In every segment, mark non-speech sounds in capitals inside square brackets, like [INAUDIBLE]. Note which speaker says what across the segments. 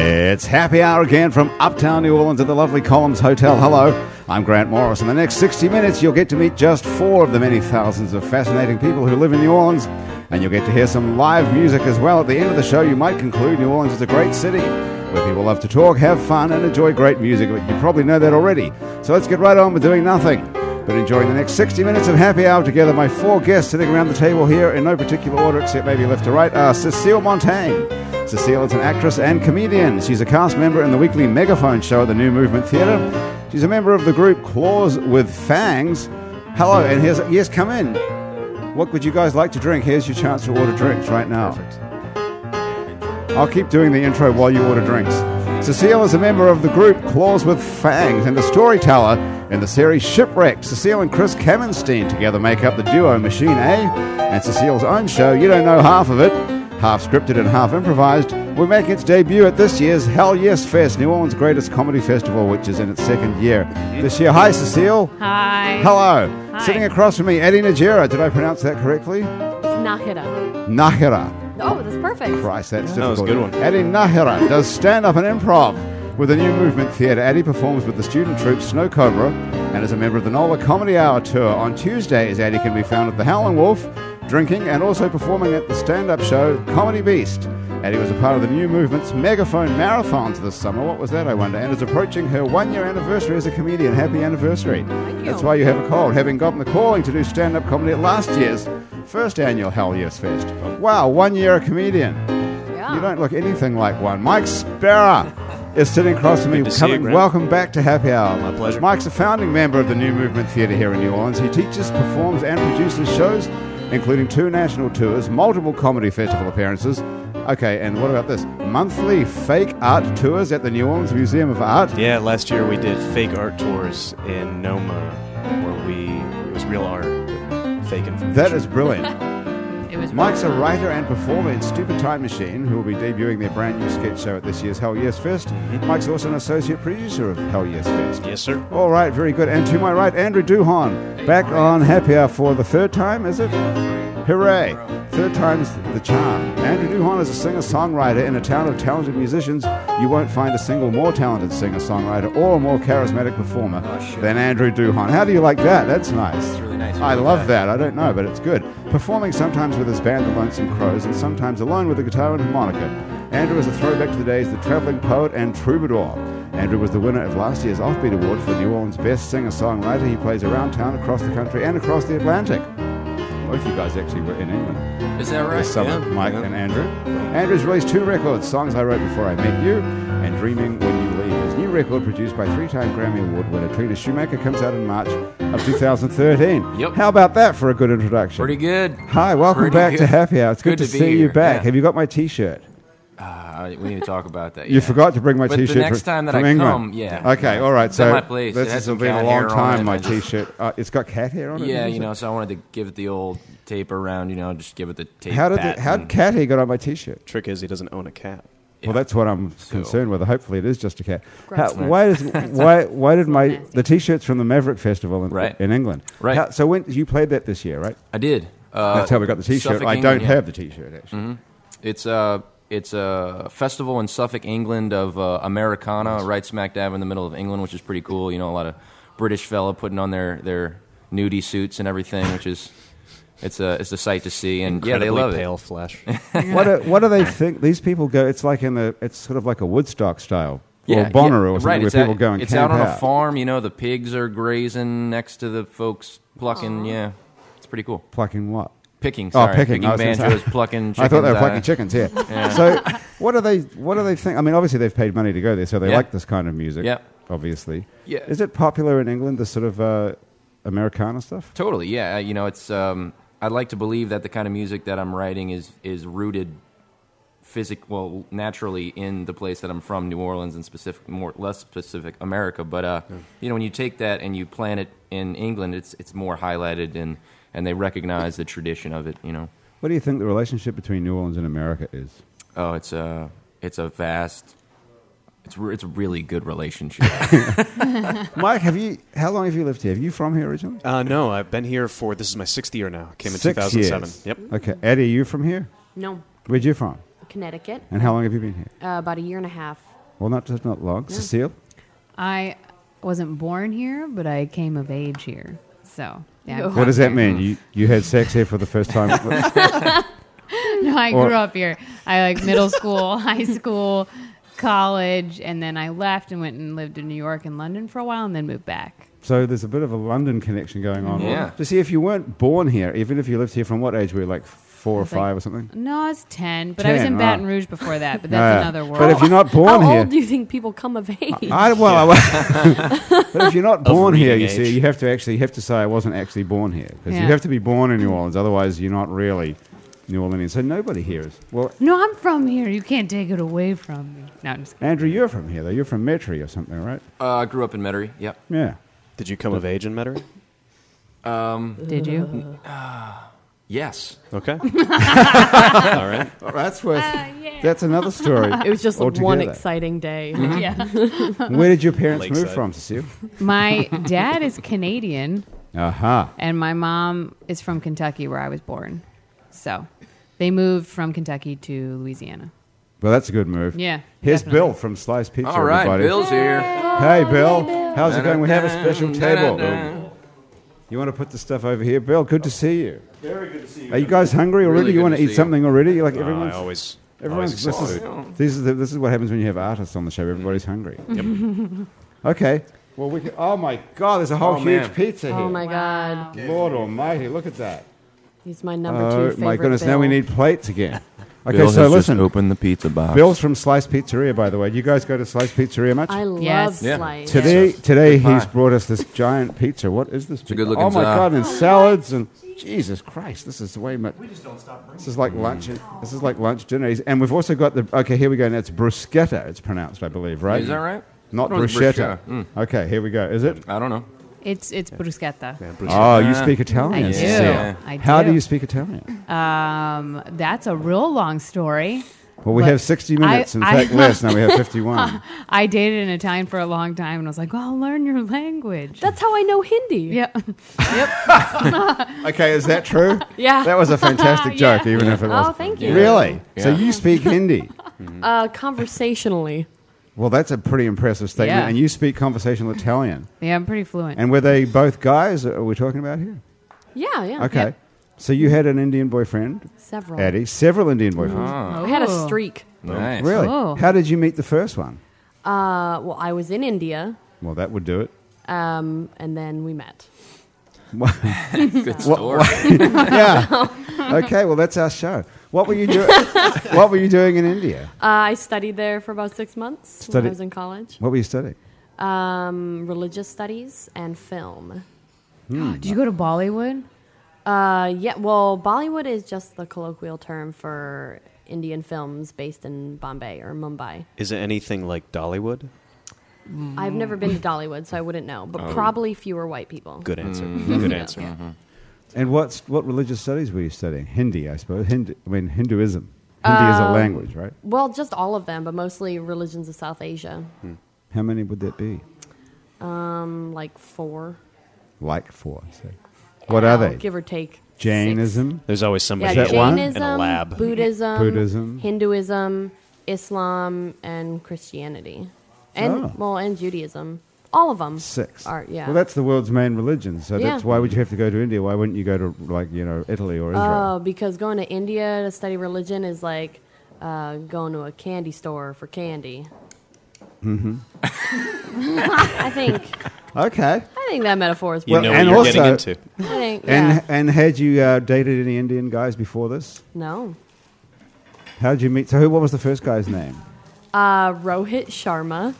Speaker 1: It's happy hour again from Uptown New Orleans at the lovely Columns Hotel. Hello, I'm Grant Morris. In the next 60 minutes, you'll get to meet just four of the many thousands of fascinating people who live in New Orleans, and you'll get to hear some live music as well. At the end of the show, you might conclude New Orleans is a great city where people love to talk, have fun, and enjoy great music, but you probably know that already. So let's get right on with doing nothing but enjoying the next 60 minutes of happy hour together. My four guests sitting around the table here in no particular order except maybe left to right are Cecile Montaigne. Cecile is an actress and comedian. She's a cast member in the weekly Megaphone show at the New Movement Theatre. She's a member of the group Claws with Fangs. Hello, and here's yes, come in. What would you guys like to drink? Here's your chance to order drinks right now. I'll keep doing the intro while you order drinks. Cecile is a member of the group Claws with Fangs and a storyteller in the series Shipwreck. Cecile and Chris Kamenstein together make up the duo Machine A, and Cecile's own show, You Don't Know Half of It, half scripted and half improvised, will make its debut at this year's Hell Yes Fest, New Orleans' greatest comedy festival, which is in its second year this year. Hi, Cecile.
Speaker 2: Hi.
Speaker 1: Hello.
Speaker 2: Hi.
Speaker 1: Sitting across from me, Eddie Najera. Did I pronounce that correctly?
Speaker 2: Knock it up.
Speaker 1: Nahira.
Speaker 2: Oh, that's perfect.
Speaker 1: Christ, that's
Speaker 3: That was
Speaker 1: difficult.
Speaker 3: a good one.
Speaker 1: Eddie Nahira does stand up and improv with the New Movement Theatre. Eddie performs with the student troupe Snow Cobra and is a member of the NOLA Comedy Hour Tour. On Tuesdays, Eddie can be found at the Howling Wolf, drinking and also performing at the stand up show Comedy Beast. Eddie was a part of the New Movement's Megaphone Marathons this summer. What was that, I wonder? And is approaching her one year anniversary as a comedian. Happy anniversary.
Speaker 2: you.
Speaker 1: That's why you have a cold, having gotten the calling to do stand up comedy at last year's first annual Hell Yes Fest. Wow, one year a comedian.
Speaker 2: Yeah.
Speaker 1: You don't look anything like one. Mike Sparrow is sitting across from me.
Speaker 3: to see
Speaker 1: Come
Speaker 3: you,
Speaker 1: and
Speaker 3: Grant.
Speaker 1: welcome back to Happy Hour.
Speaker 3: My pleasure.
Speaker 1: Mike's a founding member of the New Movement Theatre here in New Orleans. He teaches, performs, and produces shows, including two national tours, multiple comedy festival appearances. Okay, and what about this? Monthly fake art tours at the New Orleans Museum of Art.
Speaker 3: Yeah, last year we did fake art tours in Noma, where we it was real art, but fake information.
Speaker 1: That
Speaker 3: [LAUGHS]
Speaker 1: is brilliant.
Speaker 2: It was
Speaker 1: Mike's a writer and performer in Stupid Time Machine, who will be debuting their brand new sketch show at this year's Hell Yes Fest.
Speaker 3: Mm-hmm.
Speaker 1: Mike's also an associate producer of Hell Yes Fest.
Speaker 3: yes, sir.
Speaker 1: All right, very good. And to my right, Andrew Duhon, back on Happy Hour for the third time, is it? Hooray! Third time's the charm. Andrew Duhon is a singer songwriter in a town of talented musicians. You won't find a single more talented singer songwriter or a more charismatic performer than Andrew Duhon. How do you like that? That's nice. That's
Speaker 4: Oh, really nice.
Speaker 1: I love that. I don't know, but it's good. Performing sometimes with his band, The Lonesome Crows, and sometimes alone with a guitar and harmonica. Andrew is a throwback to the days, the traveling poet and troubadour. Andrew was the winner of last year's Offbeat Award for New Orleans Best Singer Songwriter. He plays around town, across the country, and across the Atlantic. Both you guys actually were in England
Speaker 4: Is that right?
Speaker 1: this summer, Mike and Andrew. Andrew's released two records, Songs I Wrote Before I Met You and Dreaming When You Leave. His new record, produced by three-time Grammy Award winner Trina Shoemaker, comes out in March
Speaker 4: [LAUGHS]
Speaker 1: of 2013.
Speaker 4: Yep.
Speaker 1: How about that for a good introduction?
Speaker 4: Pretty good.
Speaker 1: Hi, welcome
Speaker 4: Pretty
Speaker 1: back
Speaker 4: good.
Speaker 1: to Happy Hour. It's good, to,
Speaker 4: Good to be
Speaker 1: see you
Speaker 4: here,
Speaker 1: back.
Speaker 4: yeah.
Speaker 1: Have you got my T-shirt?
Speaker 4: Uh, we need to talk about that.
Speaker 1: You
Speaker 4: yeah.
Speaker 1: forgot to bring my
Speaker 4: But the
Speaker 1: T-shirt.
Speaker 4: next
Speaker 1: fr-
Speaker 4: time that
Speaker 1: from
Speaker 4: I
Speaker 1: England.
Speaker 4: come, yeah.
Speaker 1: Okay, all right.
Speaker 4: It's at
Speaker 1: So
Speaker 4: my place. It
Speaker 1: this
Speaker 4: has
Speaker 1: has
Speaker 4: some
Speaker 1: been a
Speaker 4: cat
Speaker 1: long
Speaker 4: hair on
Speaker 1: time.
Speaker 4: it.
Speaker 1: My
Speaker 4: I just-
Speaker 1: T-shirt. Uh, it's got cat hair on it.
Speaker 4: Yeah,
Speaker 1: is
Speaker 4: you
Speaker 1: it?
Speaker 4: know, so I wanted to give it the old tape around, you know, just give it the tape.
Speaker 1: How did
Speaker 4: pat
Speaker 1: the, how did
Speaker 4: and-
Speaker 1: cat hair get on my T-shirt?
Speaker 3: Trick is he doesn't own a cat.
Speaker 1: Well, that's what I'm
Speaker 4: So-
Speaker 1: concerned with. Hopefully, it is just a cat. How,
Speaker 2: Gross.
Speaker 1: why
Speaker 4: [LAUGHS]
Speaker 1: does why why did my
Speaker 2: nasty.
Speaker 1: the T-shirts from the Maverick Festival in,
Speaker 4: Right.
Speaker 1: in England?
Speaker 4: Right.
Speaker 1: How, so when you played that this year, right?
Speaker 4: I did. Uh,
Speaker 1: That's how we got the T-shirt.
Speaker 4: Suffolk,
Speaker 1: I
Speaker 4: England,
Speaker 1: don't
Speaker 4: yeah.
Speaker 1: have the T-shirt actually.
Speaker 4: It's a it's a festival in Suffolk, England of uh, Americana, right smack dab in the middle of England, which is pretty cool. You know, a lot of British fella putting on their their nudie suits and everything, which is it's a it's a sight to see. And yeah, they
Speaker 3: Incredibly
Speaker 4: love
Speaker 3: pale [LAUGHS]
Speaker 4: it.
Speaker 3: flesh.
Speaker 4: Mm-hmm.
Speaker 1: What do, what do they think? These people go. It's like in the it's sort of like a Woodstock style or Bonnaroo or something
Speaker 4: right.
Speaker 1: where
Speaker 4: it's
Speaker 1: people
Speaker 4: out,
Speaker 1: go and
Speaker 4: it's
Speaker 1: camp
Speaker 4: out on a farm. You know, the pigs are grazing next to the folks plucking. Yeah, it's pretty cool.
Speaker 1: plucking what?
Speaker 4: Picking, sorry,
Speaker 1: oh, picking, I was gonna say- [LAUGHS]
Speaker 4: banjos, plucking. Chickens,
Speaker 1: I thought they were
Speaker 4: uh,
Speaker 1: plucking chickens. Yeah.
Speaker 4: [LAUGHS]
Speaker 1: So, what do they? What do they think? I mean, obviously they've paid money to go there, so they
Speaker 4: Yeah.
Speaker 1: like this kind of music.
Speaker 4: Yeah.
Speaker 1: Obviously.
Speaker 4: Yeah.
Speaker 1: Is it popular in England? This sort of uh, Americana stuff.
Speaker 4: Totally, yeah. You know, it's. Um, I'd like to believe that the kind of music that I'm writing is is rooted, physic, well, naturally in the place that I'm from, New Orleans, and specific, more less specific, America. But uh, you know, when you take that and you plant it in England, it's it's more highlighted and and they recognize the tradition of it. You know,
Speaker 1: What do you think the relationship between New Orleans and America is?
Speaker 4: oh, it's a it's a vast. It's, re- it's a really good
Speaker 1: [LAUGHS]
Speaker 4: relationship.
Speaker 1: Mike, have you? How long have you lived here? Are you from here originally?
Speaker 3: uh, no, I've been here for this is my sixth year now. Came in
Speaker 1: Six
Speaker 3: 2007.
Speaker 1: years.
Speaker 3: Yep.
Speaker 1: Okay, Eddie, you from here?
Speaker 2: no
Speaker 1: Where'd you from?
Speaker 2: Connecticut.
Speaker 1: And how long have you been here?
Speaker 2: Uh, about a year and a half.
Speaker 1: Well, not just not long. Cecile?
Speaker 5: I wasn't born here, but I came of age here. So yeah. I'm
Speaker 2: Yo.
Speaker 1: What does that
Speaker 5: from here.
Speaker 1: mean? You, you had sex here for the first
Speaker 4: [LAUGHS]
Speaker 1: time?
Speaker 5: [LAUGHS] No, I
Speaker 1: Or-
Speaker 5: grew up here. I like middle school, [LAUGHS] high school, college, and then I left and went and lived in New York and London for a while, and then moved back.
Speaker 1: so there's a bit of a London connection going on.
Speaker 4: Yeah.
Speaker 1: To see if you weren't born here, even if you lived here from what age were you, like four or
Speaker 5: It's like-
Speaker 1: five or something?
Speaker 5: No, I was ten, but I was
Speaker 1: 10,
Speaker 5: in
Speaker 1: wow.
Speaker 5: Baton Rouge before
Speaker 1: [LAUGHS]
Speaker 5: that. But that's
Speaker 1: Yeah.
Speaker 5: another world.
Speaker 1: But if you're not born
Speaker 2: How
Speaker 1: here.
Speaker 2: old do you think people come of age?
Speaker 1: I, well, I- but if you're not born here, you
Speaker 3: reading
Speaker 1: see,
Speaker 3: age.
Speaker 1: you have to actually you have to say I wasn't actually born here because you
Speaker 5: Yeah.
Speaker 1: have to be born in New Orleans, otherwise you're not really New Orleanian. So nobody here is. Well,
Speaker 5: [LAUGHS] no, I'm from here. You can't take it away from me. No, I'm just kidding.
Speaker 1: Andrew, you're from here though. You're from Metairie or something, right?
Speaker 4: Uh, I grew up in Metairie. Yep.
Speaker 1: Yeah.
Speaker 3: Did you come of age in Metairie?
Speaker 5: Did you?
Speaker 4: Yes.
Speaker 3: Okay. All right.
Speaker 1: Well, that's worth. That's another story.
Speaker 2: It was just like one
Speaker 1: altogether.
Speaker 2: exciting day.
Speaker 1: Mm-hmm.
Speaker 5: yeah.
Speaker 1: Where did your parents move
Speaker 3: Lakeside.
Speaker 1: from, Cecile?
Speaker 5: My dad is Canadian,
Speaker 1: Aha.
Speaker 5: and my mom is from Kentucky, where I was born. So they moved from Kentucky to Louisiana.
Speaker 1: Well, that's a good move.
Speaker 5: Yeah,
Speaker 1: Here's
Speaker 5: definitely.
Speaker 1: Bill from Sliced Pizza.
Speaker 4: All right.
Speaker 1: everybody.
Speaker 4: Bill's here.
Speaker 1: Hey, Bill. How's it going? We have a special
Speaker 4: Da-da-da.
Speaker 1: table. You want to put the stuff over here, Bill? Good to see you.
Speaker 3: Very good to see
Speaker 1: Are you guys hungry already?
Speaker 4: Really
Speaker 1: you
Speaker 4: good
Speaker 1: want
Speaker 4: to
Speaker 1: to eat
Speaker 4: see you.
Speaker 1: something already? Like
Speaker 3: I
Speaker 1: everyone's,
Speaker 3: always.
Speaker 1: everyone's. This
Speaker 3: always
Speaker 1: is, this is the, this is what happens when you have artists on the show. Everybody's hungry. [LAUGHS] okay. Well, we. Can, oh my God! There's a whole
Speaker 4: Oh,
Speaker 1: huge
Speaker 4: man.
Speaker 1: pizza here.
Speaker 2: Oh my god,
Speaker 1: Lord Almighty! Look at that.
Speaker 2: he's my number two
Speaker 1: Oh
Speaker 2: favorite.
Speaker 1: my goodness! Now we
Speaker 2: Bill.
Speaker 1: need plates again. Okay,
Speaker 4: Bill
Speaker 1: so
Speaker 4: has
Speaker 1: listen.
Speaker 4: just opened the pizza box.
Speaker 1: Bill's from Slice Pizzeria, by the way. Do you guys go to Slice Pizzeria much?
Speaker 2: I love
Speaker 5: Yes.
Speaker 4: Yeah.
Speaker 2: slice.
Speaker 1: Today, today
Speaker 4: Goodbye.
Speaker 1: he's brought us this giant pizza. What is this? It's
Speaker 4: a good-looking
Speaker 1: Oh my
Speaker 4: za-
Speaker 1: god! And salads and Jesus Christ, this is way much. We just don't stop. Oh. This is like lunch. and- This is like lunch dinner. He's- And we've also got the. Okay, here we go. Now it's bruschetta. It's pronounced, I believe, right?
Speaker 4: Is that right?
Speaker 1: Not
Speaker 4: Or is it
Speaker 1: bruschetta.
Speaker 4: bruschetta? Hmm.
Speaker 1: Okay, here we go. Is it?
Speaker 4: I don't know.
Speaker 5: It's it's bruschetta.
Speaker 1: Oh, you speak Italian.
Speaker 5: I do.
Speaker 1: Cecile.
Speaker 5: I
Speaker 1: How do
Speaker 5: do.
Speaker 1: you speak
Speaker 2: [CLEARS THROAT]
Speaker 1: Italian?
Speaker 5: Um, that's a real long story. [LAUGHS]
Speaker 1: Well, we
Speaker 5: But
Speaker 1: have 60 minutes. In
Speaker 5: I-
Speaker 1: fact,
Speaker 5: I-
Speaker 1: less. Now we
Speaker 2: [LAUGHS]
Speaker 1: have
Speaker 2: Uh,
Speaker 1: 51.
Speaker 5: I dated an Italian for a long time, and I was like, "Well, I'll learn your language."
Speaker 2: That's how I know Hindi.
Speaker 5: [LAUGHS] yeah, [LAUGHS]
Speaker 1: okay, is that true?
Speaker 2: [LAUGHS] Yeah.
Speaker 1: That was a fantastic joke, even if it was.
Speaker 2: Oh, thank you.
Speaker 1: Really? So
Speaker 4: Yeah.
Speaker 1: you speak
Speaker 2: [LAUGHS]
Speaker 1: Hindi?
Speaker 2: Uh, conversationally,
Speaker 1: Well, that's a pretty impressive statement.
Speaker 5: Yeah.
Speaker 1: And you speak conversational Italian.
Speaker 5: yeah, I'm pretty fluent.
Speaker 1: And were they both guys? Are we talking about here?
Speaker 2: yeah, yeah.
Speaker 1: Okay. So you had an Indian boyfriend,
Speaker 2: Several.
Speaker 1: Eddie, several Indian boyfriends.
Speaker 4: Ah,
Speaker 5: Oh.
Speaker 2: I had a streak.
Speaker 4: nice.
Speaker 1: Really?
Speaker 5: Oh.
Speaker 1: How did you meet the first one?
Speaker 2: Uh, well, I was in India,
Speaker 1: Well, that would do it. [LAUGHS]
Speaker 2: um, and then we met.
Speaker 4: Good story.
Speaker 1: yeah. okay. Well, that's our show. What were you doing? what were you doing in India?
Speaker 2: Uh, I studied there for about six months when
Speaker 1: Studied-
Speaker 2: I was in college.
Speaker 1: What were you studying?
Speaker 2: Um, religious studies and film.
Speaker 1: Hmm.
Speaker 5: Did you go to Bollywood?
Speaker 2: Uh, yeah, well, Bollywood is just the colloquial term for Indian films based in Bombay or Mumbai.
Speaker 3: Is it anything like Dollywood?
Speaker 2: I've never been to Dollywood, so I wouldn't know, but
Speaker 1: Oh.
Speaker 2: probably fewer white people.
Speaker 3: Good answer. Good answer.
Speaker 1: And what's what religious studies were you studying? Hindi, I suppose. Hindu, I mean Hinduism. Hindi is a language, right?
Speaker 2: Well, just all of them, but mostly religions of South Asia.
Speaker 1: How many would that be? Hmm.
Speaker 2: Um, like four.
Speaker 1: Like four. Say. What are
Speaker 2: Well,
Speaker 1: they?
Speaker 2: Give or take. six.
Speaker 1: Jainism.
Speaker 3: There's always
Speaker 2: Yeah,
Speaker 3: somebody
Speaker 1: Is that one?
Speaker 2: Jainism,
Speaker 3: in a lab.
Speaker 2: Buddhism,
Speaker 1: Buddhism.
Speaker 2: Hinduism, Islam, and Christianity, and
Speaker 1: Oh.
Speaker 2: well, and Judaism. All of them.
Speaker 1: Six.
Speaker 2: Are, yeah.
Speaker 1: Well, that's the world's main religion. So that's
Speaker 2: Yeah.
Speaker 1: why would you have to go to India? Why wouldn't you go to like you know Italy or Israel?
Speaker 2: Oh, because going to India to study religion is like uh, going to a candy store for candy. Mm-hmm. [LAUGHS] I think
Speaker 1: okay.
Speaker 2: I think that metaphor is.
Speaker 3: You
Speaker 1: Well,
Speaker 3: know
Speaker 1: and
Speaker 3: what you're getting
Speaker 1: also-
Speaker 3: into.
Speaker 2: I think,
Speaker 1: And
Speaker 2: yeah.
Speaker 1: and had you uh, dated any Indian guys before this?
Speaker 2: no.
Speaker 1: How did you meet? So who? What was the first guy's name?
Speaker 2: Uh, Rohit Sharma.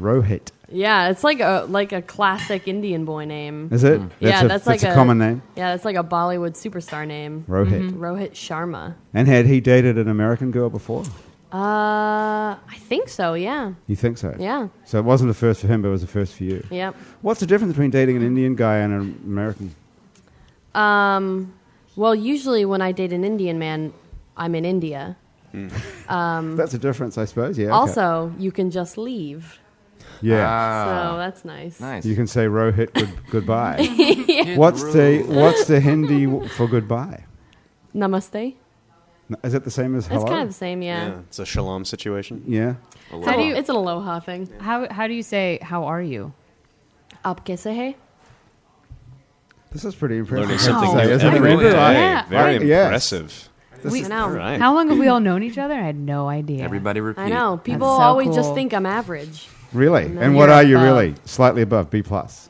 Speaker 1: Rohit.
Speaker 2: Yeah, it's like a like a classic Indian boy name.
Speaker 1: Is it? That's
Speaker 2: Mm. yeah,
Speaker 1: a,
Speaker 2: that's like
Speaker 1: a, common name.
Speaker 2: Yeah, that's like a Bollywood superstar name.
Speaker 1: Rohit.
Speaker 2: Rohit Sharma.
Speaker 1: And had he dated an American girl before?
Speaker 2: Uh, I think so. Yeah.
Speaker 1: You think so?
Speaker 2: Yeah.
Speaker 1: So it wasn't a first for him, but it was a first for you.
Speaker 2: Yep.
Speaker 1: What's the difference between dating an Indian guy and an American?
Speaker 2: Um, well, usually when I date an Indian man, I'm in India.
Speaker 1: That's a difference, I suppose. Yeah. okay.
Speaker 2: Um, Also, you can just leave.
Speaker 1: yeah.
Speaker 2: so that's nice.
Speaker 4: Ah, nice.
Speaker 1: you can say Rohit good,
Speaker 2: [LAUGHS]
Speaker 1: goodbye. [LAUGHS] what's the What's the Hindi w- for goodbye?
Speaker 2: Namaste.
Speaker 1: Is it the same as hello?
Speaker 2: It's kind of the same, yeah.
Speaker 3: Yeah, it's a shalom situation.
Speaker 1: yeah.
Speaker 2: It's,
Speaker 5: How
Speaker 2: a,
Speaker 5: do
Speaker 2: little-
Speaker 5: you-
Speaker 2: it's an aloha thing.
Speaker 5: How how do you say how are you?
Speaker 2: Up que se hey?
Speaker 1: This is pretty impressive.
Speaker 3: Learning
Speaker 1: I have to
Speaker 5: something
Speaker 1: say,
Speaker 5: new
Speaker 1: isn't it,
Speaker 3: every
Speaker 1: Andrew?
Speaker 3: day.
Speaker 1: I-
Speaker 5: Yeah.
Speaker 3: Very
Speaker 1: I- yes.
Speaker 3: impressive.
Speaker 1: This
Speaker 2: We-
Speaker 1: is-
Speaker 2: No.
Speaker 3: All right.
Speaker 5: How long have we all known each other? I had no idea.
Speaker 4: Everybody repeat.
Speaker 2: I know. People
Speaker 5: so
Speaker 2: always just
Speaker 5: cool.
Speaker 2: think I'm average.
Speaker 1: really?
Speaker 2: No,
Speaker 1: and what
Speaker 5: you're
Speaker 1: are you
Speaker 5: above.
Speaker 1: really? Slightly above B plus.